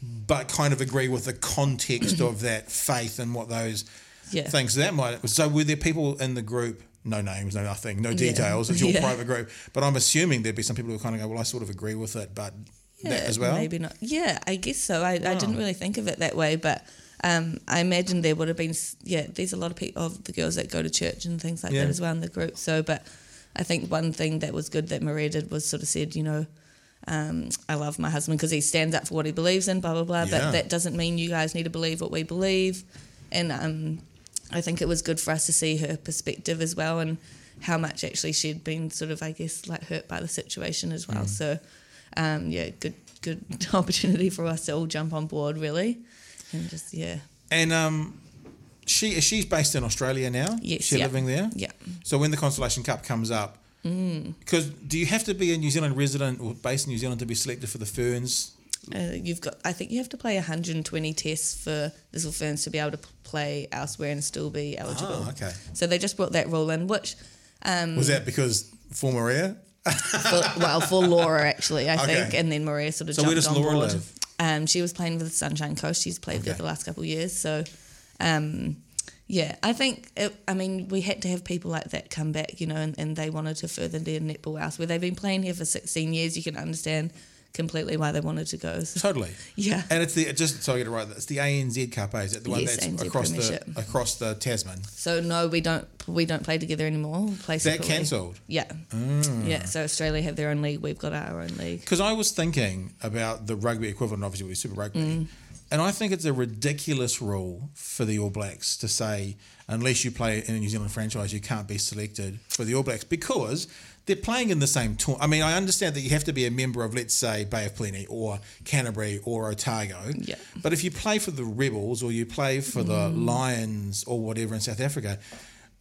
Speaker 1: but kind of agree with the context of that faith and what those
Speaker 3: Yeah.
Speaker 1: things that might. So were there people in the group? No names, no nothing, no details. It's your
Speaker 3: Yeah.
Speaker 1: private group, but I'm assuming there'd be some people who kind of go, "Well, I sort of agree with it, but that as well."
Speaker 3: Maybe not. Yeah, I guess so. I, I didn't really think of it that way, but um, I imagine there would have been, s- yeah, there's a lot of people, of the girls that go to church and things like
Speaker 1: Yeah.
Speaker 3: that as well in the group. So, but I think one thing that was good that Maria did was sort of said, you know, um, I love my husband because he stands up for what he believes in, blah, blah, blah.
Speaker 1: Yeah.
Speaker 3: But that doesn't mean you guys need to believe what we believe. And um, I think it was good for us to see her perspective as well and how much actually she'd been sort of, I guess, like hurt by the situation as
Speaker 1: Mm.
Speaker 3: well. So, um, yeah, good good opportunity for us to all jump on board really, and just yeah,
Speaker 1: And um, she she's based in Australia now.
Speaker 3: Yes,
Speaker 1: she's
Speaker 3: yeah.
Speaker 1: living there.
Speaker 3: yeah, Mm.
Speaker 1: So when the Constellation Cup comes up, because do you have to be a New Zealand resident or based in New Zealand to be selected for the Ferns?
Speaker 3: uh, you've got. I think you have to play 120 tests for Little Ferns to be able to p- play elsewhere and still be eligible.
Speaker 1: Oh, okay.
Speaker 3: So they just brought that rule in, which Um,
Speaker 1: Was that because for Maria?
Speaker 3: for, well for Laura actually, I
Speaker 1: Okay.
Speaker 3: think, and then Maria sort of.
Speaker 1: So
Speaker 3: jumped
Speaker 1: where does
Speaker 3: on
Speaker 1: Laura
Speaker 3: board.
Speaker 1: live?
Speaker 3: Um, she was playing with the Sunshine Coast. She's played there
Speaker 1: Okay.
Speaker 3: the last couple of years. So, um, yeah, I think, it, I mean, we had to have people like that come back, you know, and, and they wanted to further their netball house where they've been playing here for 16 years. You can understand completely why they wanted to go. So,
Speaker 1: Totally.
Speaker 3: yeah.
Speaker 1: And it's the it just so I get it right. It's the ANZ Cup, eh? Is it the one
Speaker 3: Yes,
Speaker 1: that's
Speaker 3: ANZ
Speaker 1: across the
Speaker 3: Premiership.
Speaker 1: across the Tasman?
Speaker 3: So no, we don't we don't play together anymore. We play
Speaker 1: that
Speaker 3: separately.
Speaker 1: cancelled? Ah.
Speaker 3: Yeah, yeah. So Australia have their own league. We've got our own league.
Speaker 1: Because I was thinking about the rugby equivalent, obviously with Super Rugby, and I think it's a ridiculous rule for the All Blacks to say unless you play in a New Zealand franchise, you can't be selected for the All Blacks because they're playing in the same tour. I mean, I understand that you have to be a member of, let's say, Bay of Plenty or Canterbury or Otago.
Speaker 3: Yeah.
Speaker 1: But if you play for the Rebels or you play for the Lions or whatever in South Africa,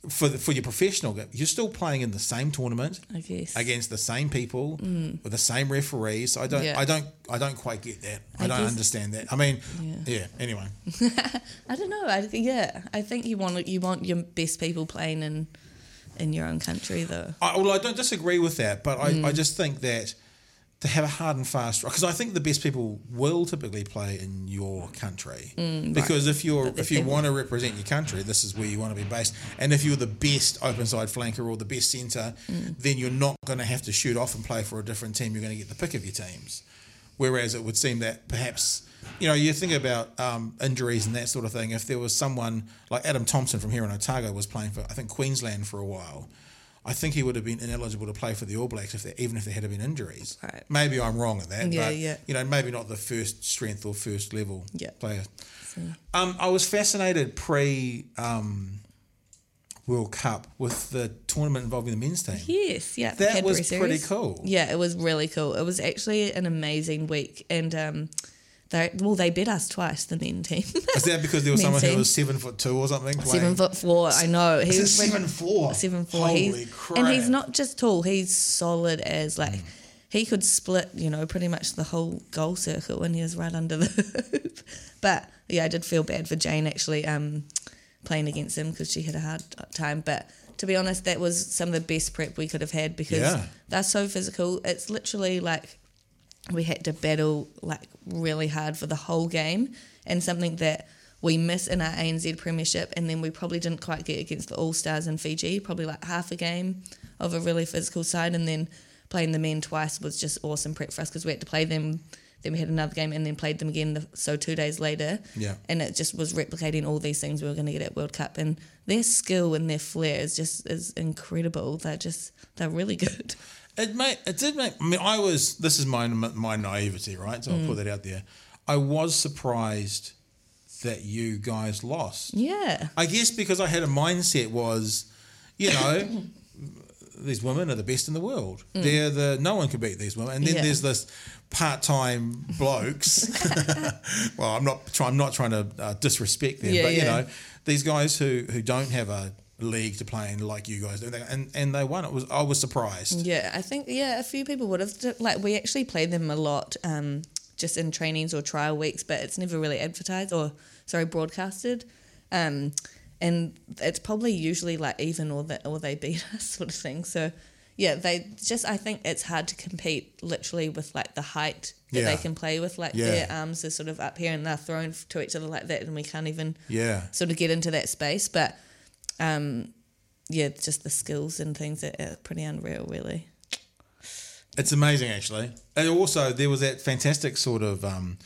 Speaker 1: for the, for your professional game, you're still playing in the same tournament
Speaker 3: I guess.
Speaker 1: against the same people with the same referees. So I don't,
Speaker 3: Mm. Yeah.
Speaker 1: I don't, I don't quite get that. I,
Speaker 3: I
Speaker 1: don't
Speaker 3: guess-
Speaker 1: understand that. I mean, yeah.
Speaker 3: Yeah.
Speaker 1: anyway,
Speaker 3: I don't know. I think yeah. I think you want you want your best people playing in in your own country though.
Speaker 1: I, well, I don't disagree with that, but I,
Speaker 3: Mm.
Speaker 1: I just think that to have a hard and fast because I think the best people will typically play in your
Speaker 3: Mm,
Speaker 1: country because if you're
Speaker 3: the
Speaker 1: if you
Speaker 3: thing-
Speaker 1: want to represent your country, this is where you want to be based. And if you're the best open side flanker or the best centre,
Speaker 3: Mm.
Speaker 1: then you're not going to have to shoot off and play for a different team. You're going to get the pick of your teams. Whereas it would seem that perhaps, you know, you think about um, injuries and that sort of thing. If there was someone like Adam Thompson from here in Otago was playing for, I think, Queensland for a while, I think he would have been ineligible to play for the All Blacks if they, even if there had been injuries.
Speaker 3: Right.
Speaker 1: Maybe I'm wrong at that.
Speaker 3: Yeah,
Speaker 1: but,
Speaker 3: yeah.
Speaker 1: You know, maybe not the first strength or first level
Speaker 3: Yeah.
Speaker 1: player. Um, I was fascinated pre um, World Cup with the tournament involving the men's team.
Speaker 3: Yes, yeah. the
Speaker 1: That was
Speaker 3: Cadbury
Speaker 1: pretty cool.
Speaker 3: Yeah, it was really cool. It was actually an amazing week, and um, they well they beat us twice. The men team,
Speaker 1: Is that because there was
Speaker 3: Men's
Speaker 1: someone who
Speaker 3: team.
Speaker 1: was seven foot two or something? playing?
Speaker 3: seven foot four. I know
Speaker 1: Is
Speaker 3: he
Speaker 1: it
Speaker 3: was
Speaker 1: seven four?
Speaker 3: seven four.
Speaker 1: Holy
Speaker 3: he's,
Speaker 1: crap. Hmm.
Speaker 3: And he's not just tall; he's solid as like he could split, you know, pretty much the whole goal circle when he was right under the hoop. But yeah, I did feel bad for Jane actually um, playing against him because she had a hard time. But to be honest, that was some of the best prep we could have had because
Speaker 1: Yeah.
Speaker 3: they're so physical. It's literally like we had to battle like really hard for the whole game and something that we miss in our ANZ Premiership and then we probably didn't quite get against the All Stars in Fiji, probably like half a game of a really physical side and then playing the men twice was just awesome prep for us because we had to play them then we had another game and then played them again the, so two days later
Speaker 1: Yeah.
Speaker 3: and it just was replicating all these things we were going to get at World Cup and their skill and their flair is just is incredible they're just they're really good
Speaker 1: It made it did make. I mean, I was. This is my my naivety, right? So I'll
Speaker 3: Mm.
Speaker 1: put that out there. I was surprised that you guys lost.
Speaker 3: yeah
Speaker 1: I guess because I had a mindset was, you know, these women are the best in the world. They're the no one can beat these women. And then
Speaker 3: Mm. Yeah.
Speaker 1: there's this part-time blokes. well, I'm not trying. I'm not trying to uh, disrespect them,
Speaker 3: Yeah,
Speaker 1: but you
Speaker 3: yeah.
Speaker 1: know, these guys who who don't have a league to play in like you guys do, they- and and they won. It was I was surprised.
Speaker 3: Yeah, I think yeah, a few people would have like we actually play them a lot, um, just in trainings or trial weeks, but it's never really advertised or sorry broadcasted, um, and it's probably usually like even or that or they beat us sort of thing. So yeah, they just I think it's hard to compete literally with like the height that
Speaker 1: Yeah.
Speaker 3: they can play with, like
Speaker 1: Yeah.
Speaker 3: their arms are sort of up here and they're thrown to each other like that, and we can't even
Speaker 1: Yeah.
Speaker 3: sort of get into that space, but. Um, yeah, just the skills and things are are pretty unreal, really.
Speaker 1: It's amazing, actually. And also, there was that fantastic sort of, um,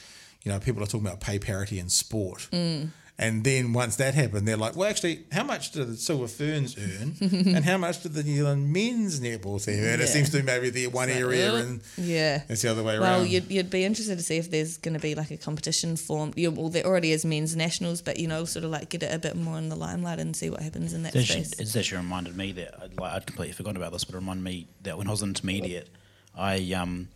Speaker 1: you know, people are talking about pay parity in sport.
Speaker 3: Mm.
Speaker 1: And then once that happened, they're like, well, actually, how much do the Silver Ferns earn? and how much do the New Zealand men's netball team earn? It
Speaker 3: Yeah.
Speaker 1: seems to be maybe the one area and
Speaker 3: Yeah.
Speaker 1: it's the other way around.
Speaker 3: Well, you'd, you'd be interested to see if there's going to be like a competition form. You, well, there already is men's nationals, but you know, sort of like get it a bit more in the limelight and see what happens in that
Speaker 2: This
Speaker 3: space.
Speaker 2: should- it's actually reminded me that I'd, like, I'd completely forgotten about this, but it reminded me that when I was an intermediate, I um,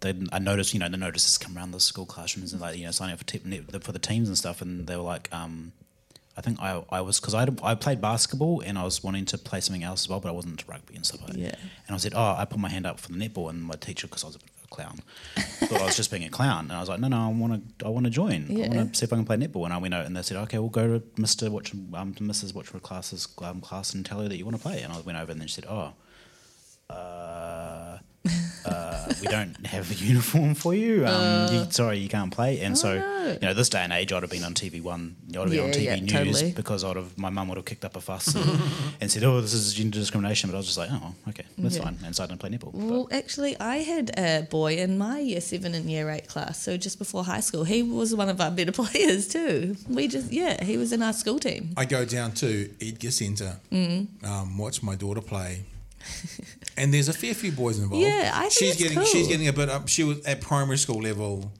Speaker 2: then I noticed you know the notices come around the school classrooms and like you know signing up for te- net- for the teams and stuff, and they were like um, I think I I was because I I played basketball and I was wanting to play something else as well, but I wasn't into rugby and stuff. Like that.
Speaker 3: Yeah.
Speaker 2: And I said, oh, I put my hand up for the netball, and my teacher because I was a bit of a clown. thought I was just being a clown, and I was like, no, no, I want to, I want to join. I
Speaker 3: Yeah.
Speaker 2: want to see if I can play netball. And I went out, and they said, okay, we'll go to Mister Watch, um, to Mrs. Watchford classes um, class and tell her that you want to play. And I went over, and then she said, oh, uh, uh, we don't have a uniform for you. Um,
Speaker 3: Uh.
Speaker 2: you- Sorry, you can't play. And so, you know, this day and age, I'd have been on TV One, I'd have been on
Speaker 3: Oh, Yeah,
Speaker 2: TV
Speaker 3: yeah,
Speaker 2: News
Speaker 3: totally.
Speaker 2: because I'd have, my mum would have kicked up a fuss and, and said, oh, this is gender discrimination. But I was just like, oh, okay, that's
Speaker 3: Yeah.
Speaker 2: fine. And so I didn't play netball. But-
Speaker 3: Well, actually, I had a boy in my year seven and year eight class, so just before high school. He was one of our better players too. We just, yeah, he was in our school team.
Speaker 1: I go down to Edgar Centre, um, watch my daughter play, and there's a fair few boys involved.
Speaker 3: Yeah, I think
Speaker 1: she's
Speaker 3: that's
Speaker 1: getting
Speaker 3: cool.
Speaker 1: she's getting a bit up. She was at primary school level.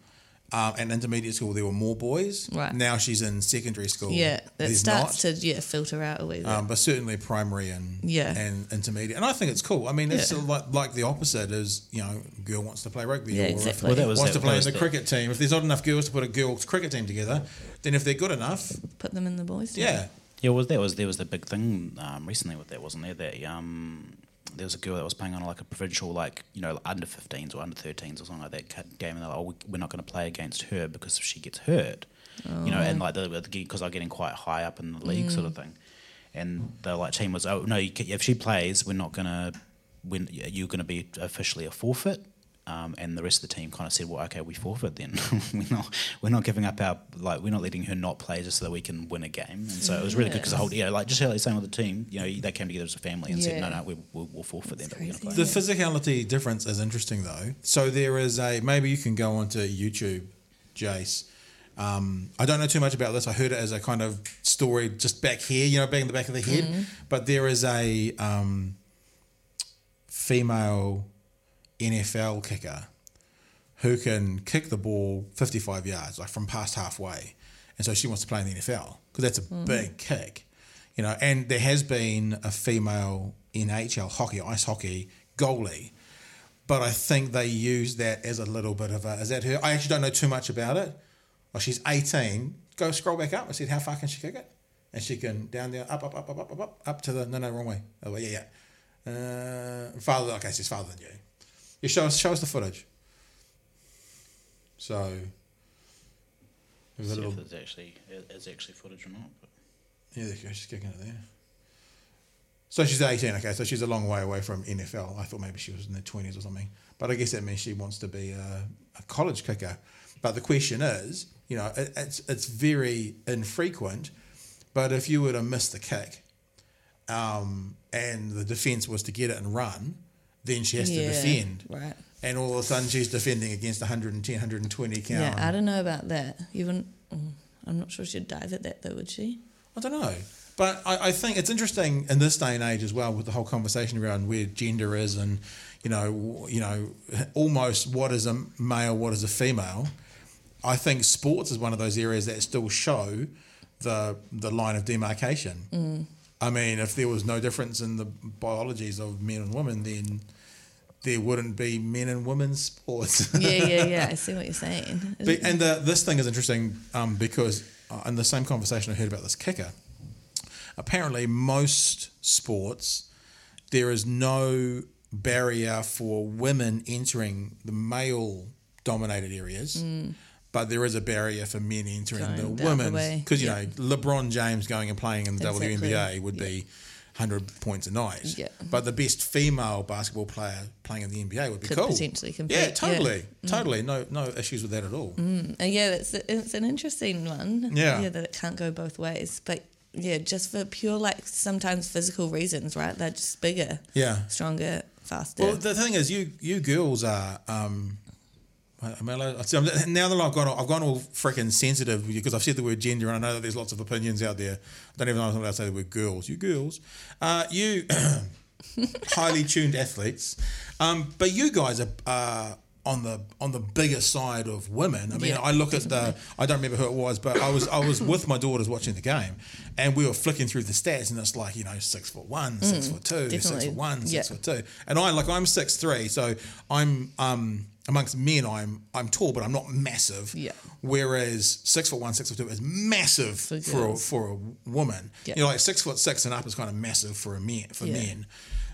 Speaker 1: Um, and intermediate school, there were more boys.
Speaker 3: Right.
Speaker 1: Now she's in secondary school.
Speaker 3: Yeah, that
Speaker 1: there's
Speaker 3: starts
Speaker 1: not.
Speaker 3: to yeah filter out a wee bit.
Speaker 1: Um, but certainly primary and
Speaker 3: Yeah.
Speaker 1: and intermediate, and I think it's cool. I mean, it's
Speaker 3: Yeah.
Speaker 1: sort of like like the opposite is you know, girl wants to play rugby,
Speaker 3: Yeah,
Speaker 1: or if-
Speaker 3: exactly. Well, that
Speaker 2: was
Speaker 1: wants
Speaker 2: it.
Speaker 1: to play
Speaker 2: That
Speaker 1: in
Speaker 2: was
Speaker 1: the
Speaker 2: the-
Speaker 1: cricket team. If there's not enough girls to put a girls cricket team together, then if they're good enough,
Speaker 3: Put them in the boys. team.
Speaker 1: yeah,
Speaker 2: Yeah, well, that was there was the big thing um, recently with that, wasn't there? That um, there was a girl that was playing on like a provincial, like you know, under 15s or under 13s or something like that ca- game, and they're like, oh, we- we're not going to play against her because if she gets hurt, you know, and like because I'm getting quite high up in the league, sort of thing. And the like team was, oh no, you ca if she plays, we're not going to, when you're going to be officially a forfeit. Um, and the rest of the team kind of said, "Well, okay, we forfeit then. we're not, we're not giving up our like, we're not letting her not play just so that we can win a game." And so it was really good because the whole, you know, like just how they're saying with the team, you know, they came together as a family and said,
Speaker 3: Yeah.
Speaker 2: "No, no, we, we'll, we'll forfeit them, but we're going to play."
Speaker 3: crazy.
Speaker 1: The physicality difference is interesting though. So there is a maybe you can go onto YouTube, Jace. Um, I don't know too much about this. I heard it as a kind of story just back here, you know, back in the back of the head. But there is a um, female NFL kicker who can kick the ball 55 yards, like from past halfway. And so she wants to play in the NFL because that's a big kick, you know. And there has been a female NHL hockey, ice hockey goalie, but I think they use that as a little bit of a. Is that her? I actually don't know too much about it. Well, she's 18. Go scroll back up. I said, how far can she kick it? And she can down there, up, up, up, up, up, up, up, up to the no, no, wrong way. Oh, yeah, yeah. Uh, farther. Okay, she's farther than you. You show us, show us the footage. So, there's a
Speaker 2: See
Speaker 1: little,
Speaker 2: if there's actually is actually footage or not. But.
Speaker 1: yeah, there you go, she's kicking it there. So she's 18. Okay, so she's a long way away from NFL. I thought maybe she was in the 20s or something, but I guess that means she wants to be a, a college kicker. But the question is, you know, it, it's it's very infrequent. But if you were to miss the kick, um, and the defense was to get it and run, then she has to
Speaker 3: Yeah,
Speaker 1: defend.
Speaker 3: right.
Speaker 1: And all of a sudden, she's defending against 110, 120 count.
Speaker 3: Yeah, I don't know about that. You wouldn't. mm, I'm not sure she'd dive at that though, would she?
Speaker 1: I don't know. But I, I think it's interesting in this day and age as well with the whole conversation around where gender is and, you know, w- you know, almost what is a male, what is a female. I think sports is one of those areas that still show the the line of demarcation. I mean, if there was no difference in the biologies of men and women, then there wouldn't be men and women sports.
Speaker 3: Yeah, yeah, yeah. I see what you're saying.
Speaker 1: But, and the, this thing is interesting um, because uh, in the same conversation I heard about this kicker, apparently most sports there is no barrier for women entering the male dominated areas. But there is a barrier for men entering
Speaker 3: Going Hmm. the
Speaker 1: the
Speaker 3: other
Speaker 1: women
Speaker 3: way.
Speaker 1: because you
Speaker 3: Yeah.
Speaker 1: know LeBron James going and playing in the
Speaker 3: Exactly.
Speaker 1: WNBA would
Speaker 3: Yeah.
Speaker 1: be hundred points a night.
Speaker 3: Yeah.
Speaker 1: But the best female basketball player playing in the NBA would be
Speaker 3: Could
Speaker 1: cool.
Speaker 3: potentially compete,
Speaker 1: Yeah,
Speaker 3: yeah. Mm.
Speaker 1: totally, totally. No, no issues with that at all.
Speaker 3: Uh, yeah, that's it's an interesting one.
Speaker 1: Yeah.
Speaker 3: yeah, that it can't go both ways. But yeah, just for pure like sometimes physical reasons, right? They're just bigger,
Speaker 1: Yeah.
Speaker 3: stronger, faster.
Speaker 1: Well, the thing is, you you girls are. Um, am I allowed- see, I'm, now that I've gone, I've gone all freaking sensitive because I've said the word gender, and I know that there's lots of opinions out there. I don't even know if I'm allowed to say the word girls. You girls, uh, you highly tuned athletes, um, but you guys are. Uh, on the on the bigger side of women, I mean,
Speaker 3: Yeah,
Speaker 1: I look at the I don't remember who it was, but I was I was with my daughters watching the game, and we were flicking through the stats, and it's like you know six foot one, six foot two, six
Speaker 3: Mm, definitely.
Speaker 1: foot one, six
Speaker 3: Yeah.
Speaker 1: foot two. And I like I'm six three, so I'm um amongst men I'm I'm tall, but I'm not massive.
Speaker 3: Yeah.
Speaker 1: Whereas six foot one, six foot two is massive for
Speaker 3: For
Speaker 1: for a,
Speaker 3: girls.
Speaker 1: for a woman.
Speaker 3: Yeah.
Speaker 1: You know, like six foot six and up is kind of massive for a man for
Speaker 3: Yeah.
Speaker 1: men.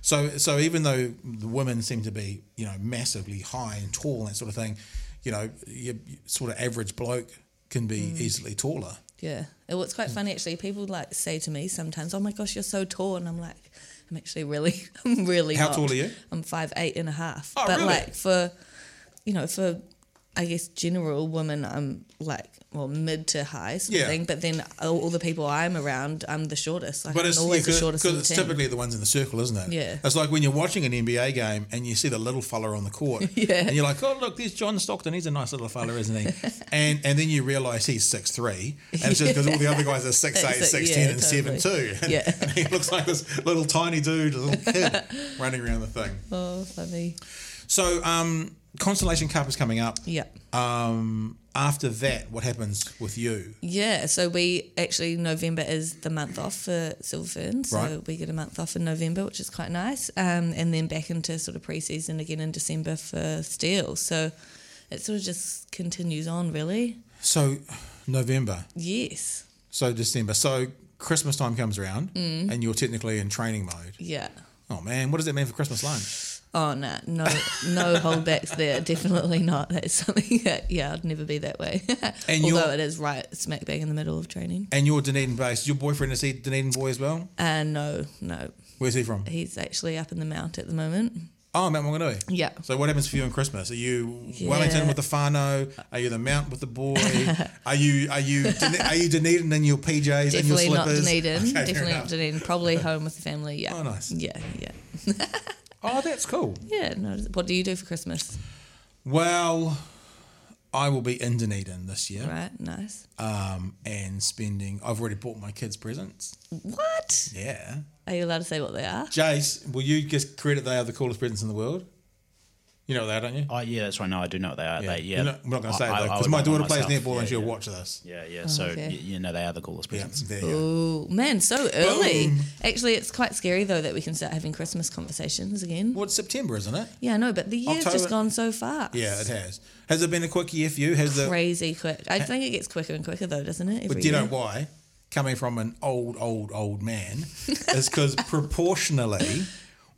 Speaker 1: So so even though the women seem to be you know massively high and tall and that sort of thing, you know, your, your sort of average bloke can be
Speaker 3: Mm.
Speaker 1: easily taller.
Speaker 3: Yeah. Well, it's quite funny actually. People like say to me sometimes, "Oh my gosh, you're so tall," and I'm like, "I'm actually really, I'm really."
Speaker 1: How
Speaker 3: not.
Speaker 1: tall are you?
Speaker 3: I'm five eight and a half.
Speaker 1: Oh,
Speaker 3: but
Speaker 1: really?
Speaker 3: like for, you know, for I guess general women, I'm like well mid to high sort
Speaker 1: Yeah.
Speaker 3: of thing. But then all, all the people I'm around, I'm the shortest. Like,
Speaker 1: But
Speaker 3: I'm
Speaker 1: it's,
Speaker 3: always
Speaker 1: yeah, 'cause-
Speaker 3: the shortest.
Speaker 1: 'cause
Speaker 3: on the
Speaker 1: it's
Speaker 3: team.
Speaker 1: typically the ones in the circle, isn't it?
Speaker 3: Yeah.
Speaker 1: It's like when you're watching an NBA game and you see the little fella on the court.
Speaker 3: Yeah.
Speaker 1: And you're like, oh, look, there's John Stockton. He's a nice little fella, isn't he? and and then you realise he's 6'3". And it's just because all the other guys are 6'8",
Speaker 3: It's like,
Speaker 1: 6'10",
Speaker 3: yeah,
Speaker 1: and
Speaker 3: totally.
Speaker 1: 7'2". And,
Speaker 3: Yeah.
Speaker 1: and he looks like this little tiny dude, little kid running around the thing.
Speaker 3: Oh, funny.
Speaker 1: So um, Constellation Cup is coming up.
Speaker 3: Yeah.
Speaker 1: Um, after that, what happens with you?
Speaker 3: Yeah, so we actually November is the month off for Silver Fern, so
Speaker 1: Right.
Speaker 3: we get a month off in November, which is quite nice. Um, and then back into sort of preseason again in December for Steel. So it sort of just continues on, really.
Speaker 1: So November.
Speaker 3: Yes,
Speaker 1: So December. So Christmas time comes around
Speaker 3: Mm.
Speaker 1: and you're technically in training mode.
Speaker 3: Yeah.
Speaker 1: Oh man, what does that mean for Christmas lunch?
Speaker 3: Oh no, no, no holdbacks there. Definitely not. That's something that yeah, I'd never be that way.
Speaker 1: And you're-
Speaker 3: Although it is right smack bang in the middle of training.
Speaker 1: And you're Dunedin based. Your boyfriend is he Dunedin boy as well?
Speaker 3: Uh, no, no,
Speaker 1: Where's he from?
Speaker 3: he's actually up in the mount at the moment.
Speaker 1: Oh, Mount Wanganui.
Speaker 3: Yeah.
Speaker 1: So what happens for you on Christmas? Are you Wellington
Speaker 3: Yeah.
Speaker 1: with the Fano? Are you the Mount with the boy? are you are you Dune- are you Dunedin in your PJs and your
Speaker 3: Definitely not
Speaker 1: slippers?
Speaker 3: Dunedin.
Speaker 1: Okay, fair
Speaker 3: Definitely not
Speaker 1: enough.
Speaker 3: Dunedin. Probably home with the family. Yeah.
Speaker 1: Oh, nice.
Speaker 3: Yeah, yeah,
Speaker 1: Oh, that's cool.
Speaker 3: yeah. No, what do you do for Christmas?
Speaker 1: Well, I will be in Dunedin this year,
Speaker 3: Right, nice.
Speaker 1: um, and spending. I've already bought my kids presents.
Speaker 3: What?
Speaker 1: Yeah.
Speaker 3: Are you allowed to say what they are?
Speaker 1: Jace, will you just credit they are the coolest presents in the world? You know that, don't you?
Speaker 2: Oh yeah, that's right. No, I do know they are. They, yeah,
Speaker 1: We're not, we're not going to say it
Speaker 2: I- I-
Speaker 1: though,
Speaker 2: I
Speaker 1: because
Speaker 2: would
Speaker 1: my
Speaker 2: want one
Speaker 1: daughter plays
Speaker 2: myself.
Speaker 1: netball
Speaker 2: yeah,
Speaker 1: and she'll
Speaker 2: yeah.
Speaker 1: watch this.
Speaker 2: Yeah, yeah. So
Speaker 3: Oh, okay.
Speaker 2: y- you know they are the coolest
Speaker 1: Yeah,
Speaker 2: presents.
Speaker 1: there you go.
Speaker 3: Oh man, so early. Actually, it's quite scary though that we can start having Christmas conversations again.
Speaker 1: Well, it's September, isn't it?
Speaker 3: Yeah, I know, but the year's
Speaker 1: October-
Speaker 3: just gone so fast.
Speaker 1: Yeah, it has. Has it been a quick year for you? Has the
Speaker 3: crazy quick. I think it gets quicker and quicker though, doesn't it?
Speaker 1: But
Speaker 3: Every
Speaker 1: do you know
Speaker 3: year?
Speaker 1: why? Coming from an old, old, old man, is because proportionally,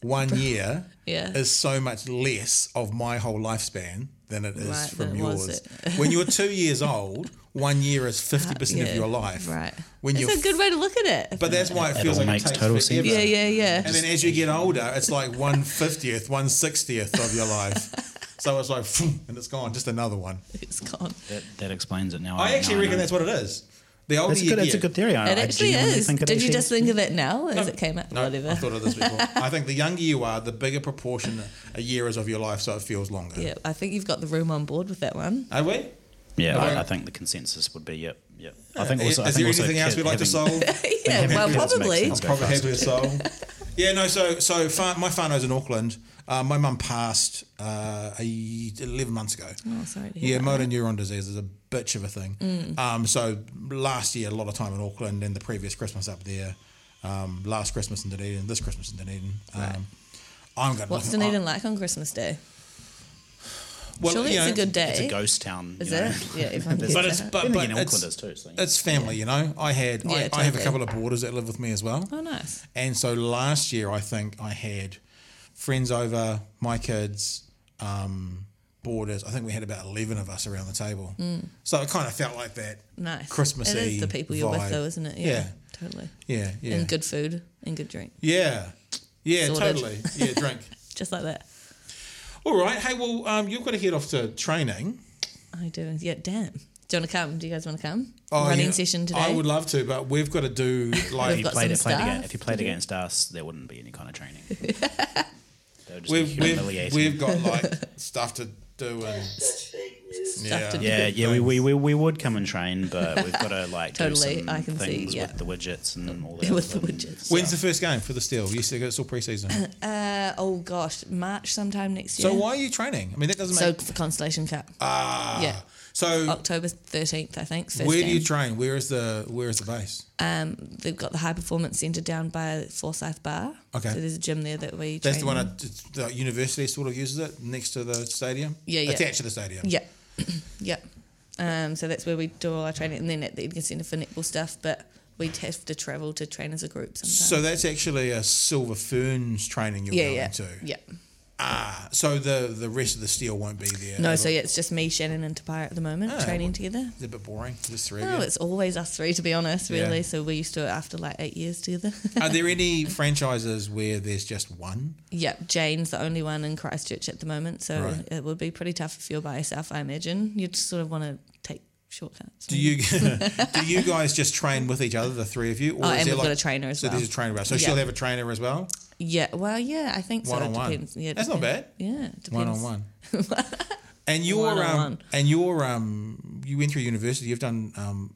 Speaker 1: one year
Speaker 3: Yeah.
Speaker 1: is so much less of my whole lifespan than it is
Speaker 3: Right,
Speaker 1: from
Speaker 3: than it was
Speaker 1: yours. when you're two years old, one year is fifty percent
Speaker 3: Yeah,
Speaker 1: of your life.
Speaker 3: Right.
Speaker 1: When
Speaker 3: it's
Speaker 1: you're,
Speaker 3: a good way to look at it.
Speaker 1: but that's why it
Speaker 2: It
Speaker 1: feels
Speaker 2: all
Speaker 1: like
Speaker 2: makes
Speaker 1: it takes
Speaker 2: total
Speaker 1: forever.
Speaker 2: sense.
Speaker 3: yeah, yeah, yeah.
Speaker 1: And then as you get older, it's like one fiftieth, one sixtieth of your life. So it's like, phoom, and it's gone. Just another one.
Speaker 3: it's gone.
Speaker 2: That, that explains it now.
Speaker 1: I actually
Speaker 2: now
Speaker 1: reckon
Speaker 2: know.
Speaker 1: that's what it is. The older
Speaker 2: That's
Speaker 1: you
Speaker 2: good.
Speaker 1: get,
Speaker 2: That's a good theory. I,
Speaker 3: It
Speaker 2: I
Speaker 3: actually
Speaker 2: genuinely
Speaker 3: is.
Speaker 2: think it
Speaker 3: Did you
Speaker 2: actually-
Speaker 3: just think of it now as
Speaker 1: No.
Speaker 3: it came out?
Speaker 1: No,
Speaker 3: Whatever.
Speaker 1: I thought of this before. I think the younger you are, the bigger proportion a year is of your life, so it feels longer.
Speaker 3: yeah, I think you've got the room on board with that one.
Speaker 1: Are we?
Speaker 2: Yeah,
Speaker 1: Okay.
Speaker 2: I, I think the consensus would be yep, yep. I think also. I
Speaker 1: is
Speaker 2: think
Speaker 1: there
Speaker 2: also
Speaker 1: anything else
Speaker 2: kid
Speaker 1: we'd like to
Speaker 2: having-
Speaker 1: solve?
Speaker 3: Yeah,
Speaker 2: having
Speaker 3: well,
Speaker 2: kids makes
Speaker 3: probably.
Speaker 2: sense. Go
Speaker 1: Probably happy
Speaker 2: faster.
Speaker 1: with soul. Yeah, no. So, so fa- my whānau's in Auckland. Uh, my mum passed uh, a, eleven months ago.
Speaker 3: Oh, sorry to hear
Speaker 1: Yeah,
Speaker 3: that.
Speaker 1: motor neuron disease is a bitch of a thing.
Speaker 3: Mm.
Speaker 1: Um, so last year, a lot of time in Auckland, and the previous Christmas up there. Um, last Christmas in Dunedin, this Christmas in Dunedin. Um, I'm going.
Speaker 3: What's Dunedin like on Christmas Day?
Speaker 1: uh, Well,
Speaker 3: Surely
Speaker 1: you
Speaker 3: it's a
Speaker 1: know,
Speaker 3: good day.
Speaker 2: It's a ghost town.
Speaker 3: Is
Speaker 2: you know.
Speaker 3: it? Yeah, everyone gets
Speaker 1: But
Speaker 3: it
Speaker 1: it's
Speaker 3: out.
Speaker 1: but,
Speaker 2: Then
Speaker 1: but
Speaker 2: again,
Speaker 1: it's,
Speaker 2: Auckland is too. So.
Speaker 1: it's family, you know. I had I,
Speaker 3: Yeah,
Speaker 1: I have a
Speaker 3: totally.
Speaker 1: couple of boarders that live with me as well,
Speaker 3: oh nice.
Speaker 1: and so last year I think I had friends over, my kids, um, boarders. I think we had about eleven of us around the table, so it kind of felt like that.
Speaker 3: Mm. Nice.
Speaker 1: Christmassy.
Speaker 3: It is the people you're
Speaker 1: vibe.
Speaker 3: with though, isn't it? Yeah.
Speaker 1: Yeah.
Speaker 3: Totally.
Speaker 1: Yeah, yeah,
Speaker 3: And good food and good drink.
Speaker 1: yeah, yeah,
Speaker 3: Sorted.
Speaker 1: totally. Yeah, drink.
Speaker 3: Just like that.
Speaker 1: All right. Hey, well, um, you've got to head off to training.
Speaker 3: I do. Yeah, damn. Do you want to come? Do you guys want to come?
Speaker 1: Oh,
Speaker 3: Running
Speaker 1: yeah,
Speaker 3: session today.
Speaker 1: I would love to, but we've got to do
Speaker 2: If
Speaker 1: like
Speaker 3: We've
Speaker 2: you
Speaker 3: got
Speaker 2: played,
Speaker 3: some
Speaker 2: it- played
Speaker 3: staff
Speaker 2: against, if you played
Speaker 3: to do.
Speaker 2: against us, there wouldn't be any kind of training. they would just be
Speaker 1: we've we've,
Speaker 2: humiliating.
Speaker 1: we've got like stuff to do and yeah.
Speaker 3: to do.
Speaker 2: yeah, yeah, we, we, we, we would come and train, but we've got to like
Speaker 3: Totally,
Speaker 2: do some
Speaker 3: I can see,
Speaker 2: things
Speaker 3: yeah.
Speaker 2: with the widgets and all that.
Speaker 3: With the
Speaker 2: and
Speaker 3: widgets.
Speaker 2: stuff.
Speaker 1: When's the first game for the Steel? You said it's all preseason.
Speaker 3: uh, oh gosh, March sometime next year.
Speaker 1: So why are you training? I mean, that doesn't
Speaker 3: So
Speaker 1: make.
Speaker 3: for Constellation Cup,
Speaker 1: ah,
Speaker 3: yeah. Oh,
Speaker 1: So
Speaker 3: October thirteenth, I think. First
Speaker 1: where do you
Speaker 3: game.
Speaker 1: train? Where is the where is the base?
Speaker 3: They've got the high performance centre down by Forsyth Bar.
Speaker 1: Okay.
Speaker 3: So there's a gym there that we.
Speaker 1: That's
Speaker 3: train
Speaker 1: the one
Speaker 3: in.
Speaker 1: that it's- the university sort of uses it next to the stadium.
Speaker 3: Yeah, yeah.
Speaker 1: Attached to the stadium.
Speaker 3: Yeah. yeah. Um, so that's where we do all our training, and then at the Edgar Centre for netball stuff. But we'd have to travel to train as a group sometimes.
Speaker 1: So that's actually a Silver Ferns training you're
Speaker 3: yeah,
Speaker 1: going
Speaker 3: yeah,
Speaker 1: to.
Speaker 3: yeah.
Speaker 1: Ah, so the the rest of the Steel won't be there.
Speaker 3: No,
Speaker 1: It'll-
Speaker 3: so yeah, it's just me, Shannon, and Tapara at the moment
Speaker 1: Ah,
Speaker 3: training together.
Speaker 1: It's a bit boring. Just three. of
Speaker 3: No,
Speaker 1: you.
Speaker 3: it's always us three, to be honest,
Speaker 1: Yeah.
Speaker 3: really. So we're used to it after like eight years together.
Speaker 1: Are there any franchises where there's just one?
Speaker 3: yep, Jane's the only one in Christchurch at the moment. So
Speaker 1: Right.
Speaker 3: it would be pretty tough if you're by yourself, I imagine. You'd sort of want to take shortcuts.
Speaker 1: Do you do you guys just train with each other, the three of you? Or
Speaker 3: Oh, and we've got a trainer as
Speaker 1: so
Speaker 3: well.
Speaker 1: there's a trainer. as well. So
Speaker 3: Yeah.
Speaker 1: she'll have a trainer as well.
Speaker 3: Yeah, well, yeah, I think so. It
Speaker 1: One-on-one.
Speaker 3: depends. Yeah, it
Speaker 1: That's not
Speaker 3: depends.
Speaker 1: bad.
Speaker 3: Yeah, it depends.
Speaker 1: One on one. And your um
Speaker 3: One-on-one.
Speaker 1: and your um you went through university. You've done um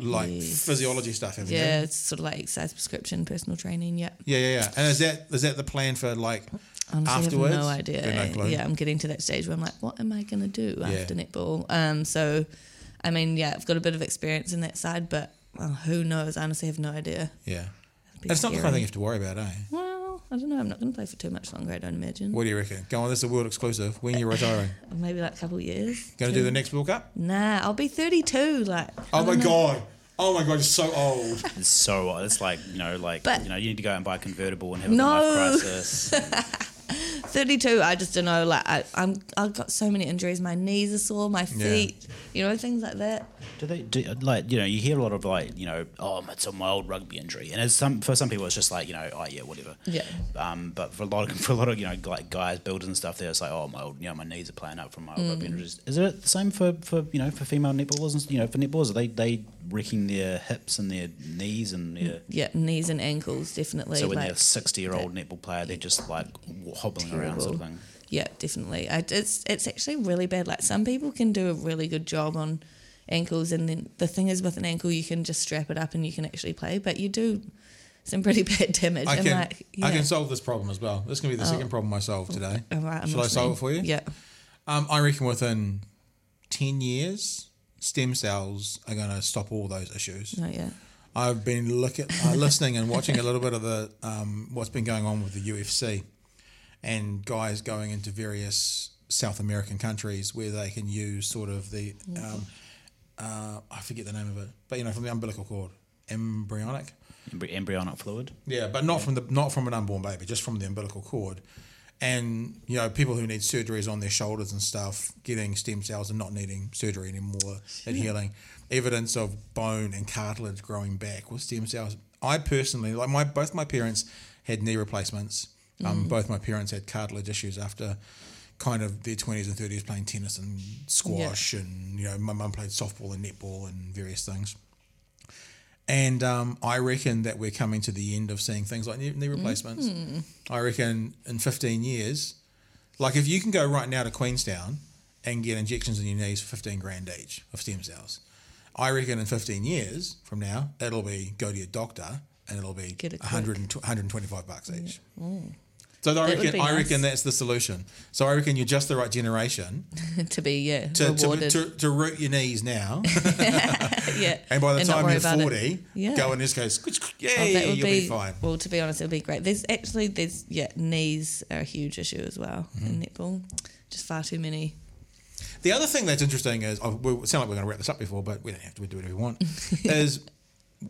Speaker 1: like
Speaker 3: Yes.
Speaker 1: physiology stuff, haven't
Speaker 3: Yeah,
Speaker 1: you?
Speaker 3: it's sort of like exercise prescription, personal training. Yeah.
Speaker 1: Yeah, yeah, yeah. And is that is that the plan for like
Speaker 3: Honestly,
Speaker 1: afterwards?
Speaker 3: I have no idea.
Speaker 1: Got no clue.
Speaker 3: yeah, I'm getting to that stage where I'm like, what am I going to do
Speaker 1: Yeah.
Speaker 3: after netball? Um, so, I mean, yeah, I've got a bit of experience in that side, but well, who knows? I honestly have no idea.
Speaker 1: Yeah.
Speaker 3: It'd be
Speaker 1: That's not the kind of
Speaker 3: scary.
Speaker 1: thing you have to worry about, eh?
Speaker 3: Well, I don't know. I'm not going to play for too much longer, I don't imagine.
Speaker 1: What do you reckon? Go on, this is a world exclusive. When you're retiring,
Speaker 3: Maybe like a couple of years.
Speaker 1: going to do the next World Cup?
Speaker 3: Nah, I'll be 32. Like, I
Speaker 1: Oh my
Speaker 3: don't know.
Speaker 1: god! Oh my god, it's so old.
Speaker 2: It's so old. It's like you know, like
Speaker 3: But-
Speaker 2: you know, you need to go out and buy a convertible and have a
Speaker 3: No.
Speaker 2: life crisis.
Speaker 3: 32, I just don't know. Like, I, I'm, I've got so many injuries. My knees are sore, my feet, you know, things like that.
Speaker 2: Do they do like you know? You hear a lot of like you know, oh, it's a mild rugby injury, and as some for some people, it's just like you know, oh yeah, whatever.
Speaker 3: Yeah.
Speaker 2: Um, but for a lot of for a lot of you know, like guys, builders and stuff, they're just like, oh, my old, you know, my knees are playing up from my old
Speaker 3: Mm.
Speaker 2: rugby injuries. Is it the same for for you know for female netballers and you know for netballers? Are they they wrecking their hips and their knees and their
Speaker 3: Yeah, knees and ankles, definitely.
Speaker 2: so when
Speaker 3: like,
Speaker 2: they're a sixty year old netball player, they're just like w- hobbling around sort of
Speaker 3: Terrible.
Speaker 2: thing.
Speaker 3: Yeah, definitely. I, it's it's actually really bad. Like some people can do a really good job on ankles, and then the thing is with an ankle, you can just strap it up and you can actually play, but you do some pretty bad damage.
Speaker 1: I
Speaker 3: and
Speaker 1: can
Speaker 3: like, yeah. Oh.
Speaker 1: I can solve this problem as well. This can be the second problem I solve today.
Speaker 3: All right, I'm
Speaker 1: Shall I solve
Speaker 3: listening.
Speaker 1: it for you?
Speaker 3: Yeah.
Speaker 1: Um, I reckon within ten years, stem cells are going to stop all those issues.
Speaker 3: No, yeah.
Speaker 1: I've been look at, uh, listening and watching a little bit of the um, what's been going on with the UFC and guys going into various South American countries where they can use sort of the um, uh, I forget the name of it, but you know from the umbilical cord, embryonic.
Speaker 2: Embry- embryonic fluid.
Speaker 1: Yeah, but not from the not from an unborn baby, just from the umbilical cord. And you know, people who need surgeries on their shoulders and stuff, getting stem cells and not needing surgery anymore and healing. Evidence of bone and cartilage growing back with stem cells. I personally like my both my parents had knee replacements. Um, both my parents had cartilage issues after kind of their twenties and thirties playing tennis and squash and you know, my mum played softball and netball and various things. And um, I reckon that we're coming to the end of seeing things like knee, knee replacements.
Speaker 3: Mm.
Speaker 1: I reckon in 15 years, like if you can go right now to Queenstown and get injections in your knees for 15 grand each of stem cells, I reckon in 15 years from now, it'll be go to your doctor and it'll be
Speaker 3: Get it Mm.
Speaker 1: 100 and tw- 125 bucks each. So I
Speaker 3: That would
Speaker 1: reckon,
Speaker 3: be
Speaker 1: I
Speaker 3: nice.
Speaker 1: reckon that's the solution. So I reckon you're just the right generation
Speaker 3: to be yeah
Speaker 1: to, to,
Speaker 3: rewarded.
Speaker 1: to, to root your knees now.
Speaker 3: yeah.
Speaker 1: And by the
Speaker 3: not
Speaker 1: time
Speaker 3: worry
Speaker 1: you're
Speaker 3: about it.
Speaker 1: 40,
Speaker 3: Yeah.
Speaker 1: go and just go, squish, squish, yay,
Speaker 3: Oh, that would
Speaker 1: you'll be, fine.
Speaker 3: Well, to be honest, it would be great. There's actually there's yeah knees are a huge issue as well
Speaker 1: Mm-hmm.
Speaker 3: in netball. Just far too many.
Speaker 1: The other thing that's interesting is, oh, we it sound like we're going to wrap this up before, but we don't have to we do whatever we want, is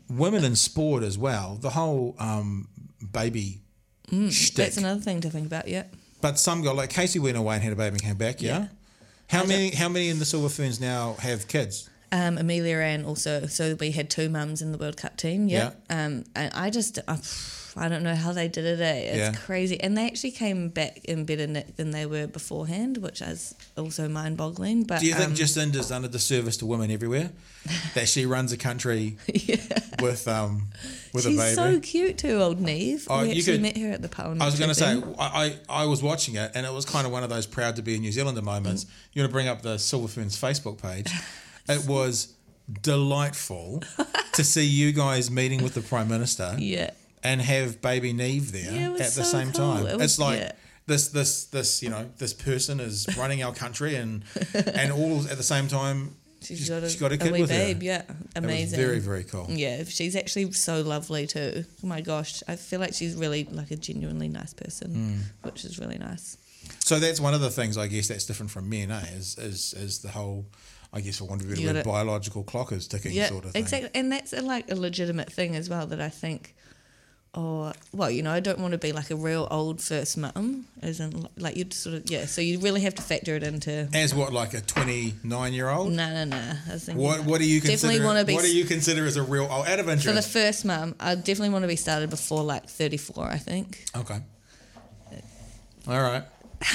Speaker 1: women in sport as well. The whole um, baby shtick.
Speaker 3: Mm, That's another thing to think about. Yeah.
Speaker 1: but some guy, like Casey went away and had a baby and came back, yeah?
Speaker 3: Yeah.
Speaker 1: How many How many in the Silver Ferns now have kids?
Speaker 3: Um, Amelia Ann also. So we had two mums in the World Cup team. Yeah. Um, and I just, I, I don't know how they did it. Eh? It's
Speaker 1: Yeah.
Speaker 3: crazy. And they actually came back in better nick than they were beforehand, which is also mind boggling. But
Speaker 1: Do you think
Speaker 3: um,
Speaker 1: Jacinda's done a disservice to women everywhere? that she runs a country with um, with a
Speaker 3: she's
Speaker 1: baby?
Speaker 3: so cute too, old Neve.
Speaker 1: Oh,
Speaker 3: we
Speaker 1: you
Speaker 3: actually
Speaker 1: could-
Speaker 3: met her at the parliament.
Speaker 1: I was going to say, I, I, I was watching it and it was kind of one of those proud to be a New Zealander
Speaker 3: Mm.
Speaker 1: moments. You want to bring up the Silver Ferns Facebook page. It was delightful to see you guys meeting with the Prime Minister
Speaker 3: Yeah.
Speaker 1: and have baby Neve there
Speaker 3: Yeah, it was
Speaker 1: at the
Speaker 3: so
Speaker 1: same
Speaker 3: cool.
Speaker 1: time.
Speaker 3: It was-
Speaker 1: it's like
Speaker 3: yeah.
Speaker 1: this, this, this, you know, this person is running our country and and all at the same time.
Speaker 3: She's got a,
Speaker 1: she's got a
Speaker 3: a
Speaker 1: kid
Speaker 3: wee
Speaker 1: with
Speaker 3: babe.
Speaker 1: her.
Speaker 3: Yeah.
Speaker 1: It was
Speaker 3: Amazing.
Speaker 1: very, very cool.
Speaker 3: Yeah, she's actually so lovely too. Oh my gosh, I feel like she's really like a genuinely nice
Speaker 1: Hmm.
Speaker 3: person, which is really nice.
Speaker 1: So that's one of the things I guess that's different from men, eh? Is is, is the whole, I guess, for want of a better
Speaker 3: You
Speaker 1: word,
Speaker 3: gotta-
Speaker 1: biological clock is ticking
Speaker 3: yeah,
Speaker 1: sort of thing.
Speaker 3: exactly. And that's a, like a legitimate thing as well that I think. Or well, you know, I don't want to be like a real old first mum, as in like you'd sort of yeah. So you really have to factor it into
Speaker 1: As what, like a twenty-nine-year-old?
Speaker 3: no, no, no. I was thinking
Speaker 1: What
Speaker 3: like-
Speaker 1: What do you
Speaker 3: Mm. definitely
Speaker 1: consider?
Speaker 3: want to be
Speaker 1: what do you consider as a real? Oh, out of
Speaker 3: for the
Speaker 1: interest.
Speaker 3: first mum? I definitely want to be started before like thirty four. I think.
Speaker 1: okay. All right.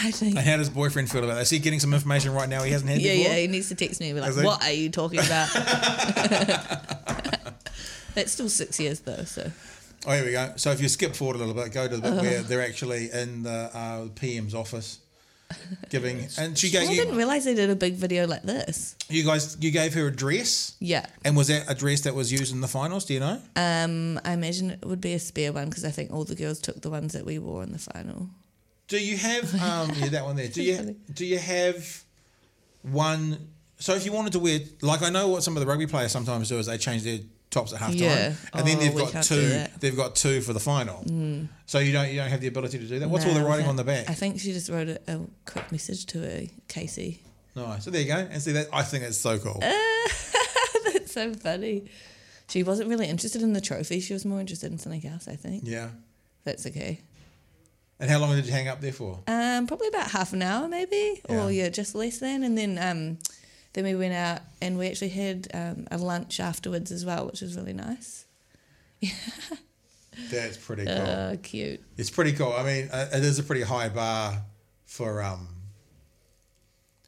Speaker 3: I think.
Speaker 1: And how does boyfriend feel about that? Is he getting some information right now he hasn't had
Speaker 3: Yeah,
Speaker 1: before?
Speaker 3: yeah, he needs to text me and be like,
Speaker 1: Is he?
Speaker 3: "What are you talking about?" That's still six years though, so
Speaker 1: Oh, here we go. So if you skip forward a little bit, go to the
Speaker 3: Uh-huh.
Speaker 1: bit where they're actually in the uh, PM's office giving, and she gave
Speaker 3: I didn't
Speaker 1: you,
Speaker 3: realize they did a big video like this.
Speaker 1: you guys you gave her a dress,
Speaker 3: Yeah,
Speaker 1: and was that a dress that was used in the finals? Do you know?
Speaker 3: um, I imagine it would be a spare one because I think all the girls took the ones that we wore in the final.
Speaker 1: Do you have um yeah that one there? Do you do you have one? So if you wanted to wear like I know what some of the rugby players sometimes do is they change their tops at half time,
Speaker 3: Yeah.
Speaker 1: and then
Speaker 3: Oh,
Speaker 1: they've
Speaker 3: we
Speaker 1: got
Speaker 3: can't do
Speaker 1: two.
Speaker 3: that. Mm.
Speaker 1: They've got two for the final. So you don't you don't have the ability to do that. What's all
Speaker 3: No,
Speaker 1: the
Speaker 3: I
Speaker 1: writing on the
Speaker 3: think-
Speaker 1: back?
Speaker 3: I think she just wrote a, a quick message to her, Casey. Uh.
Speaker 1: Nice. So there you go. And see that I think that's so cool.
Speaker 3: That's so funny. She wasn't really interested in the trophy. She was more interested in something else, I think.
Speaker 1: Yeah.
Speaker 3: That's okay.
Speaker 1: And how long did you hang up there for?
Speaker 3: Um, probably about half an hour, maybe, or
Speaker 1: Yeah.
Speaker 3: yeah, just less than. And then, um, then we went out and we actually had um, a lunch afterwards as well, which was really nice.
Speaker 1: That's pretty cool.
Speaker 3: Uh, cute.
Speaker 1: It's pretty cool. I mean, uh, it is a pretty high bar for um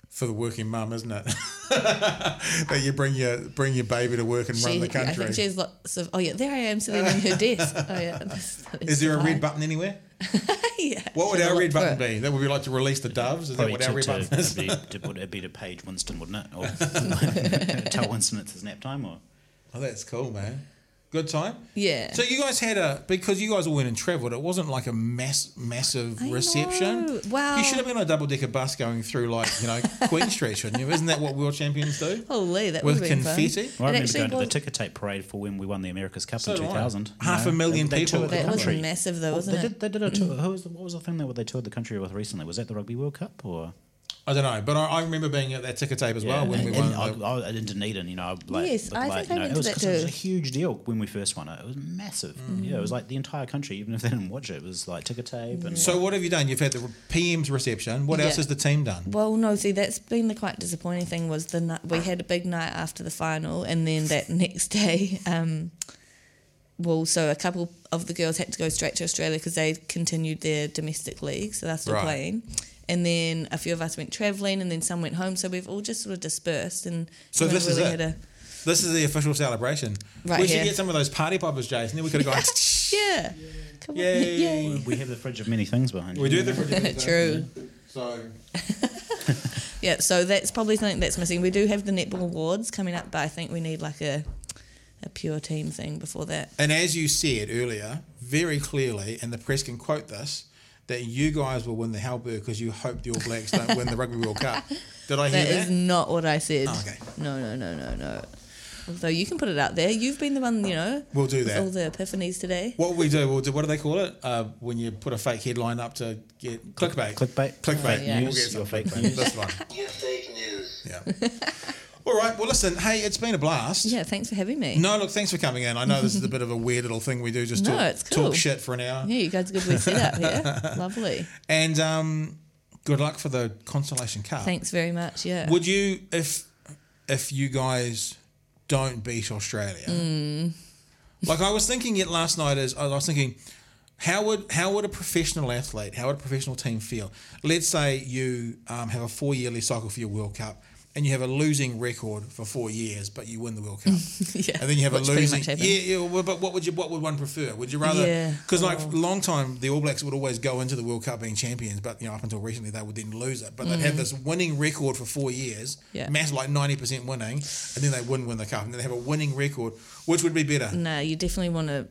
Speaker 1: for the working mum, isn't it? that you bring your bring your baby to work and run
Speaker 3: She,
Speaker 1: the
Speaker 3: I
Speaker 1: country.
Speaker 3: think she has lots of. Oh yeah, there I am sitting on her desk. Oh yeah. This,
Speaker 1: Is there a red button anywhere?
Speaker 3: yeah.
Speaker 1: What would
Speaker 3: She'll
Speaker 1: our
Speaker 3: look
Speaker 1: red
Speaker 3: for
Speaker 1: button
Speaker 3: it.
Speaker 1: be? That would be like to release the doves. Is that
Speaker 2: Probably
Speaker 1: what our
Speaker 2: to,
Speaker 1: red
Speaker 2: to,
Speaker 1: button is?
Speaker 2: it'd be, to, it'd be to page Winston, wouldn't it? Or tell Winston it's his nap time, or
Speaker 1: Oh, that's cool, man. Good time.
Speaker 3: Yeah.
Speaker 1: So you guys had a because you guys all went and travelled. It wasn't like a mass massive
Speaker 3: I
Speaker 1: reception.
Speaker 3: know. Well-
Speaker 1: you should have been on a double decker bus going through like you know Queen Street, shouldn't you? Isn't that what world champions
Speaker 3: Oh,
Speaker 1: do?
Speaker 3: Holy, that
Speaker 1: With
Speaker 3: would have been
Speaker 1: confetti?
Speaker 2: Well, I
Speaker 3: Fun. It
Speaker 2: remember
Speaker 3: actually
Speaker 2: going to the
Speaker 3: was,
Speaker 2: ticker tape parade for when we won the America's Cup
Speaker 1: So
Speaker 2: in
Speaker 1: do I.
Speaker 2: 2000.
Speaker 1: Half a million
Speaker 2: They
Speaker 1: people.
Speaker 2: toured the
Speaker 3: that was
Speaker 2: country.
Speaker 3: massive though,
Speaker 2: Well,
Speaker 3: wasn't
Speaker 2: they
Speaker 3: it?
Speaker 2: did, they did a tour. Who was the, what was the thing that they toured the country with recently? Was that the Rugby World Cup or?
Speaker 1: I don't know, but I, I remember being at that ticker tape as well when
Speaker 2: and,
Speaker 1: we
Speaker 2: and
Speaker 1: won.
Speaker 2: I,
Speaker 1: the-
Speaker 2: I was in Dunedin, you know. I, Like,
Speaker 3: Yes,
Speaker 2: but
Speaker 3: I
Speaker 2: like,
Speaker 3: think
Speaker 2: you
Speaker 3: I went
Speaker 2: know, it
Speaker 3: to
Speaker 2: was,
Speaker 3: that
Speaker 2: 'cause it was a
Speaker 3: too.
Speaker 2: huge deal when we first won it. It was massive.
Speaker 1: Mm.
Speaker 2: Yeah, it was like the entire country, even if they didn't watch it. It was like ticker tape and
Speaker 1: so what have you done? You've had the PM's reception. What else
Speaker 3: Yeah.
Speaker 1: has the team done?
Speaker 3: Well, no. See, that's been the quite disappointing thing was the night we had a big night after the final, and then that next day, um, well, so a couple of the girls had to go straight to Australia because they continued their domestic league, so they're still
Speaker 1: Right.
Speaker 3: playing. And then a few of us went travelling, and then some went home. So we've all just sort of dispersed, and
Speaker 1: So
Speaker 3: haven't
Speaker 1: this is it.
Speaker 3: a
Speaker 1: This is the official celebration.
Speaker 3: Right
Speaker 1: we should
Speaker 3: here.
Speaker 1: get some of those party poppers, Jason. Then we could have gone.
Speaker 3: yeah, come
Speaker 1: Yay.
Speaker 3: on,
Speaker 2: we have the fridge of many things behind.
Speaker 1: we
Speaker 2: you.
Speaker 1: do the
Speaker 3: yay, true.
Speaker 1: so
Speaker 3: Yeah, so that's probably something that's missing. We do have the netball awards coming up, but I think we need like a a pure team thing before that.
Speaker 1: And as you said earlier, very clearly, and the press can quote this, that you guys will win the Halberd because you hope the All Blacks don't win the Rugby World Cup. Did I hear
Speaker 3: That
Speaker 1: that?
Speaker 3: is not what I said.
Speaker 1: Oh, okay.
Speaker 3: No, no, no, no, no. Although you can put it out there. You've been the one, you know.
Speaker 1: We'll do
Speaker 3: with
Speaker 1: that.
Speaker 3: All the epiphanies today.
Speaker 1: what we do, we'll do. What do they call it? Uh, when you put a fake headline up to get clickbait.
Speaker 2: Clickbait.
Speaker 1: Clickbait.
Speaker 3: Oh, yeah.
Speaker 1: We'll get
Speaker 2: News, your
Speaker 1: something.
Speaker 2: fake news.
Speaker 1: That's one.
Speaker 5: You fake news.
Speaker 1: Yeah. All right. Well, listen. Hey, it's been a blast.
Speaker 3: Yeah, thanks for having me.
Speaker 1: No, look. Thanks for coming in. I know this is a bit of a weird little thing we do, just
Speaker 3: No,
Speaker 1: talk,
Speaker 3: it's cool.
Speaker 1: talk shit for an hour.
Speaker 3: Yeah, you guys are good with setup here. Lovely.
Speaker 1: And um, good luck for the consolation cup.
Speaker 3: Thanks very much. Yeah.
Speaker 1: Would you if if you guys don't beat Australia? Like I was thinking it last night as I was thinking how would how would a professional athlete, how would a professional team feel? Let's say you um, have a four yearly cycle for your World Cup and you have a losing record for four years, but you win the World Cup.
Speaker 3: yeah.
Speaker 1: And then you have
Speaker 3: Which
Speaker 1: a
Speaker 3: pretty
Speaker 1: losing.
Speaker 3: much
Speaker 1: Yeah,
Speaker 3: happened.
Speaker 1: yeah. well, But what would you? What would one prefer? Would you rather?
Speaker 3: Yeah.
Speaker 1: Because like
Speaker 3: Oh.
Speaker 1: long time, the All Blacks would always go into the World Cup being champions, but you know up until recently they would then lose it. But they'd have this winning record for four years,
Speaker 3: Mm. Yeah.
Speaker 1: mass like ninety percent winning, and then they wouldn't win the cup, and then they have a winning record. Which would be better?
Speaker 3: No, you definitely want to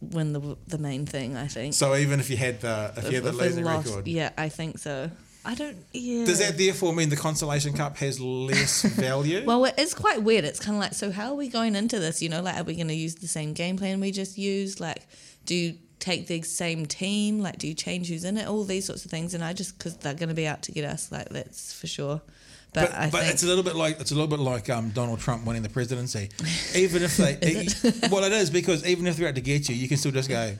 Speaker 3: win the the main thing. I think.
Speaker 1: So even if you had the if you had the
Speaker 3: If they
Speaker 1: losing
Speaker 3: lost-
Speaker 1: record,
Speaker 3: Yeah, I think so. I don't. Yeah.
Speaker 1: does that therefore mean the consolation cup has less value?
Speaker 3: Well, it is quite weird. It's kind of like, so how are we going into this? You know, like, are we going to use the same game plan we just used? Like, do you take the same team? Like, do you change who's in it? All these sorts of things. And I just, because they're going to be out to get us, like, that's for sure. But,
Speaker 1: But,
Speaker 3: I
Speaker 1: but
Speaker 3: think.
Speaker 1: it's a little bit like it's a little bit like um, Donald Trump winning the presidency. Even if they, e, well, it is because even if they're out to get you, you can still just go.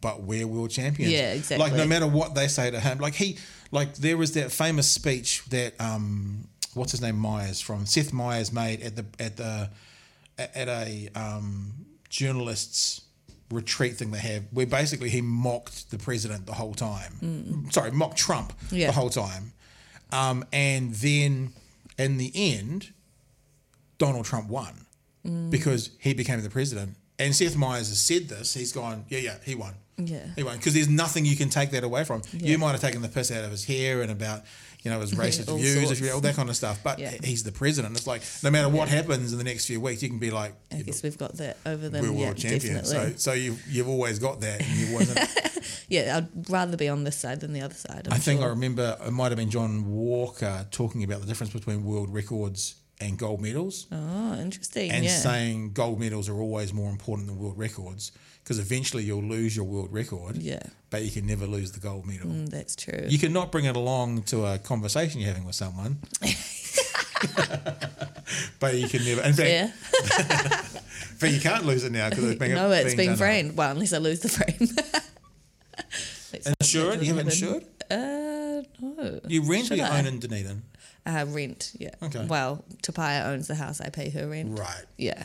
Speaker 1: But we're world champions.
Speaker 3: Yeah,
Speaker 1: Like no
Speaker 3: exactly.
Speaker 1: matter what they say to him, like he, like there was that famous speech that um, what's his name Myers from Seth Myers made at the at the at a um, journalists retreat thing they have where basically he mocked the president the whole time sorry mocked trump
Speaker 3: Mm. Yeah.
Speaker 1: the whole time um, and then in the end donald trump won
Speaker 3: Mm.
Speaker 1: because he became the president and seth meyers has said this he's gone yeah yeah he won
Speaker 3: Yeah.
Speaker 1: he won because there's nothing you can take that away from him.
Speaker 3: Yeah.
Speaker 1: you might have taken the piss out of his hair and about you know his racist
Speaker 3: all
Speaker 1: views
Speaker 3: sorts.
Speaker 1: all that kind of stuff but
Speaker 3: Yeah.
Speaker 1: he's the president it's like no matter what happens in the next few weeks you can be like
Speaker 3: I
Speaker 1: you know,
Speaker 3: guess we've got that over them.
Speaker 1: we're
Speaker 3: yeah,
Speaker 1: world champions.
Speaker 3: definitely.
Speaker 1: So, so you you've always got that. And you wasn't.
Speaker 3: yeah, I'd rather be on this side than the other side. i
Speaker 1: I think I remember it might have been John Walker talking about the difference between world records and gold medals,
Speaker 3: Oh, interesting.
Speaker 1: and
Speaker 3: yeah.
Speaker 1: saying gold medals are always more important than world records because eventually you'll lose your world record.
Speaker 3: Yeah.
Speaker 1: but you can never lose the gold medal.
Speaker 3: Mm, that's true.
Speaker 1: You cannot bring it along to a conversation you're having with someone. but you can never. In fact,
Speaker 3: yeah.
Speaker 1: but you can't lose it now because it's been
Speaker 3: no, it's been
Speaker 1: done up.
Speaker 3: framed. Well, unless I lose the frame. Let's hope that
Speaker 1: Insured? You have it
Speaker 3: doesn't
Speaker 1: insured?
Speaker 3: happen. Uh, no.
Speaker 1: You rent
Speaker 3: Should
Speaker 1: or you
Speaker 3: I?
Speaker 1: own in Dunedin?
Speaker 3: Uh, rent, yeah.
Speaker 1: Okay.
Speaker 3: Well, Tapaya owns the house. I pay her rent.
Speaker 1: Right.
Speaker 3: Yeah,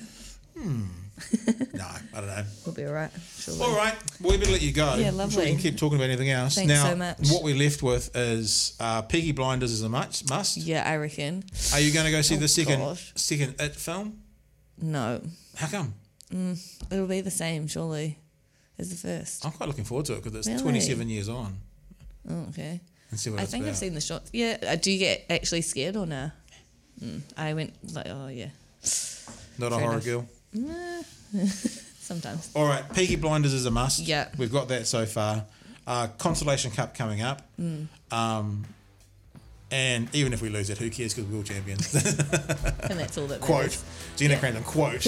Speaker 1: No, I don't know.
Speaker 3: we'll be all right. Surely.
Speaker 1: All right, well, we better let you go.
Speaker 3: Yeah,
Speaker 1: I'm sure
Speaker 3: lovely.
Speaker 1: we can keep talking about anything else.
Speaker 3: Thanks
Speaker 1: now,
Speaker 3: so much.
Speaker 1: what we're left with is uh, Peaky Blinders is a must. must.
Speaker 3: Yeah, I reckon.
Speaker 1: Are you going to go see
Speaker 3: Oh,
Speaker 1: the second
Speaker 3: gosh.
Speaker 1: second It film?
Speaker 3: No,
Speaker 1: How come?
Speaker 3: it'll be the same, surely, as the first.
Speaker 1: I'm quite looking forward to it because it's
Speaker 3: Really?
Speaker 1: 27 years on.
Speaker 3: Oh, okay.
Speaker 1: And see what
Speaker 3: I
Speaker 1: it's
Speaker 3: think
Speaker 1: about.
Speaker 3: I've seen the shots. Yeah, uh, do you get actually scared or no? Mm, I went like, oh yeah,
Speaker 1: Not a
Speaker 3: Fair
Speaker 1: horror
Speaker 3: enough.
Speaker 1: girl.
Speaker 3: sometimes.
Speaker 1: All right, Peaky Blinders is a must.
Speaker 3: Yeah.
Speaker 1: We've got that so far. Uh, Consolation Cup coming up.
Speaker 3: Mm.
Speaker 1: Um, and even if we lose it, who cares because we're all champions.
Speaker 3: And that's all that
Speaker 1: quote.
Speaker 3: matters.
Speaker 1: Gina Crandon, quote.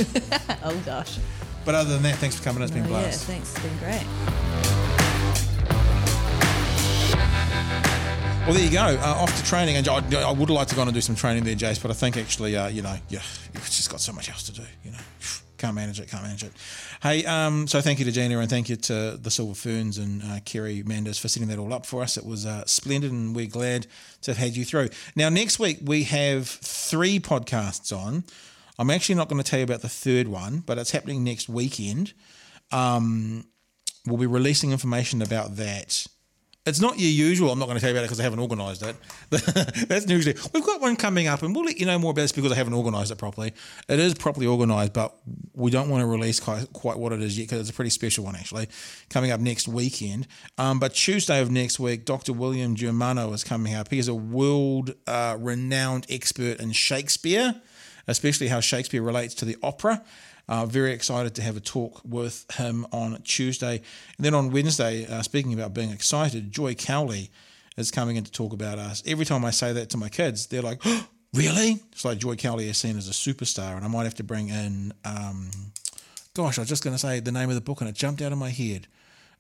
Speaker 3: Oh gosh.
Speaker 1: but other than that, thanks for coming. It's been
Speaker 3: Oh, yeah,
Speaker 1: blast.
Speaker 3: thanks. It's been great.
Speaker 1: Well, there you go. Uh, off to training, and I, I would like to go on and do some training there, Jace. But I think actually, uh, you know, yeah, you've just got so much else to do. You know, can't manage it. Can't manage it. Hey, um, so thank you to Gina, and thank you to the Silver Ferns and uh, Kerry Manders for setting that all up for us. It was uh, splendid, and we're glad to have had you through. Now, next week we have three podcasts on. I'm actually not going to tell you about the third one, but it's happening next weekend. Um, We'll be releasing information about that. It's not your usual. I'm not going to tell you about it because I haven't organised it. That's usually we've got one coming up, and we'll let you know more about this because I haven't organised it properly. It is properly organised, but we don't want to release quite, quite what it is yet because it's a pretty special one actually coming up next weekend. Um, but Tuesday of next week, Dr. William Germano is coming up. He is a world-renowned expert in Shakespeare especially how Shakespeare relates to the opera. Uh, very excited to have a talk with him on Tuesday. And then on Wednesday, uh, speaking about being excited, Joy Cowley is coming in to talk about us. Every time I say that to my kids, they're like, really? It's like Joy Cowley is seen as a superstar. And I might have to bring in, um, gosh, I was just going to say the name of the book and it jumped out of my head.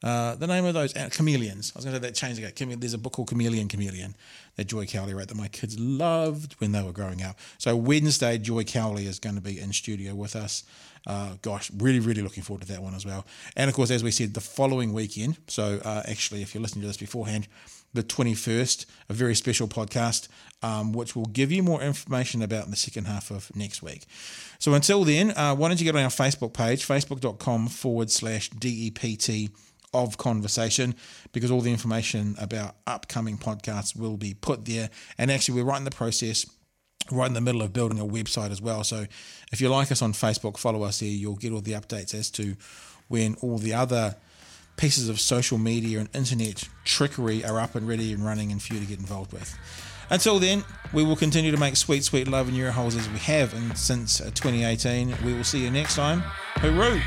Speaker 1: Uh, the name of those uh, chameleons. I was going to say that change again. Chame- There's a book called Chameleon Chameleon that Joy Cowley wrote that my kids loved when they were growing up. So Wednesday, Joy Cowley is going to be in studio with us. Uh, gosh, really, really looking forward to that one as well. And of course, as we said, the following weekend. So uh, actually, if you're listening to this beforehand, the 21st, a very special podcast, um, which will give you more information about in the second half of next week. So until then, uh, why don't you get on our Facebook page, facebook.com forward slash E DEPT of conversation, because all the information about upcoming podcasts will be put there. And actually, we're right in the process right in the middle of building a website as well. So if you like us on Facebook, follow us there. You'll get all the updates as to when all the other pieces of social media and internet trickery are up and ready and running and for you to get involved with. Until then, we will continue to make sweet, sweet love in your holes as we have and since uh, 2018. We will see you next time. Hooroo!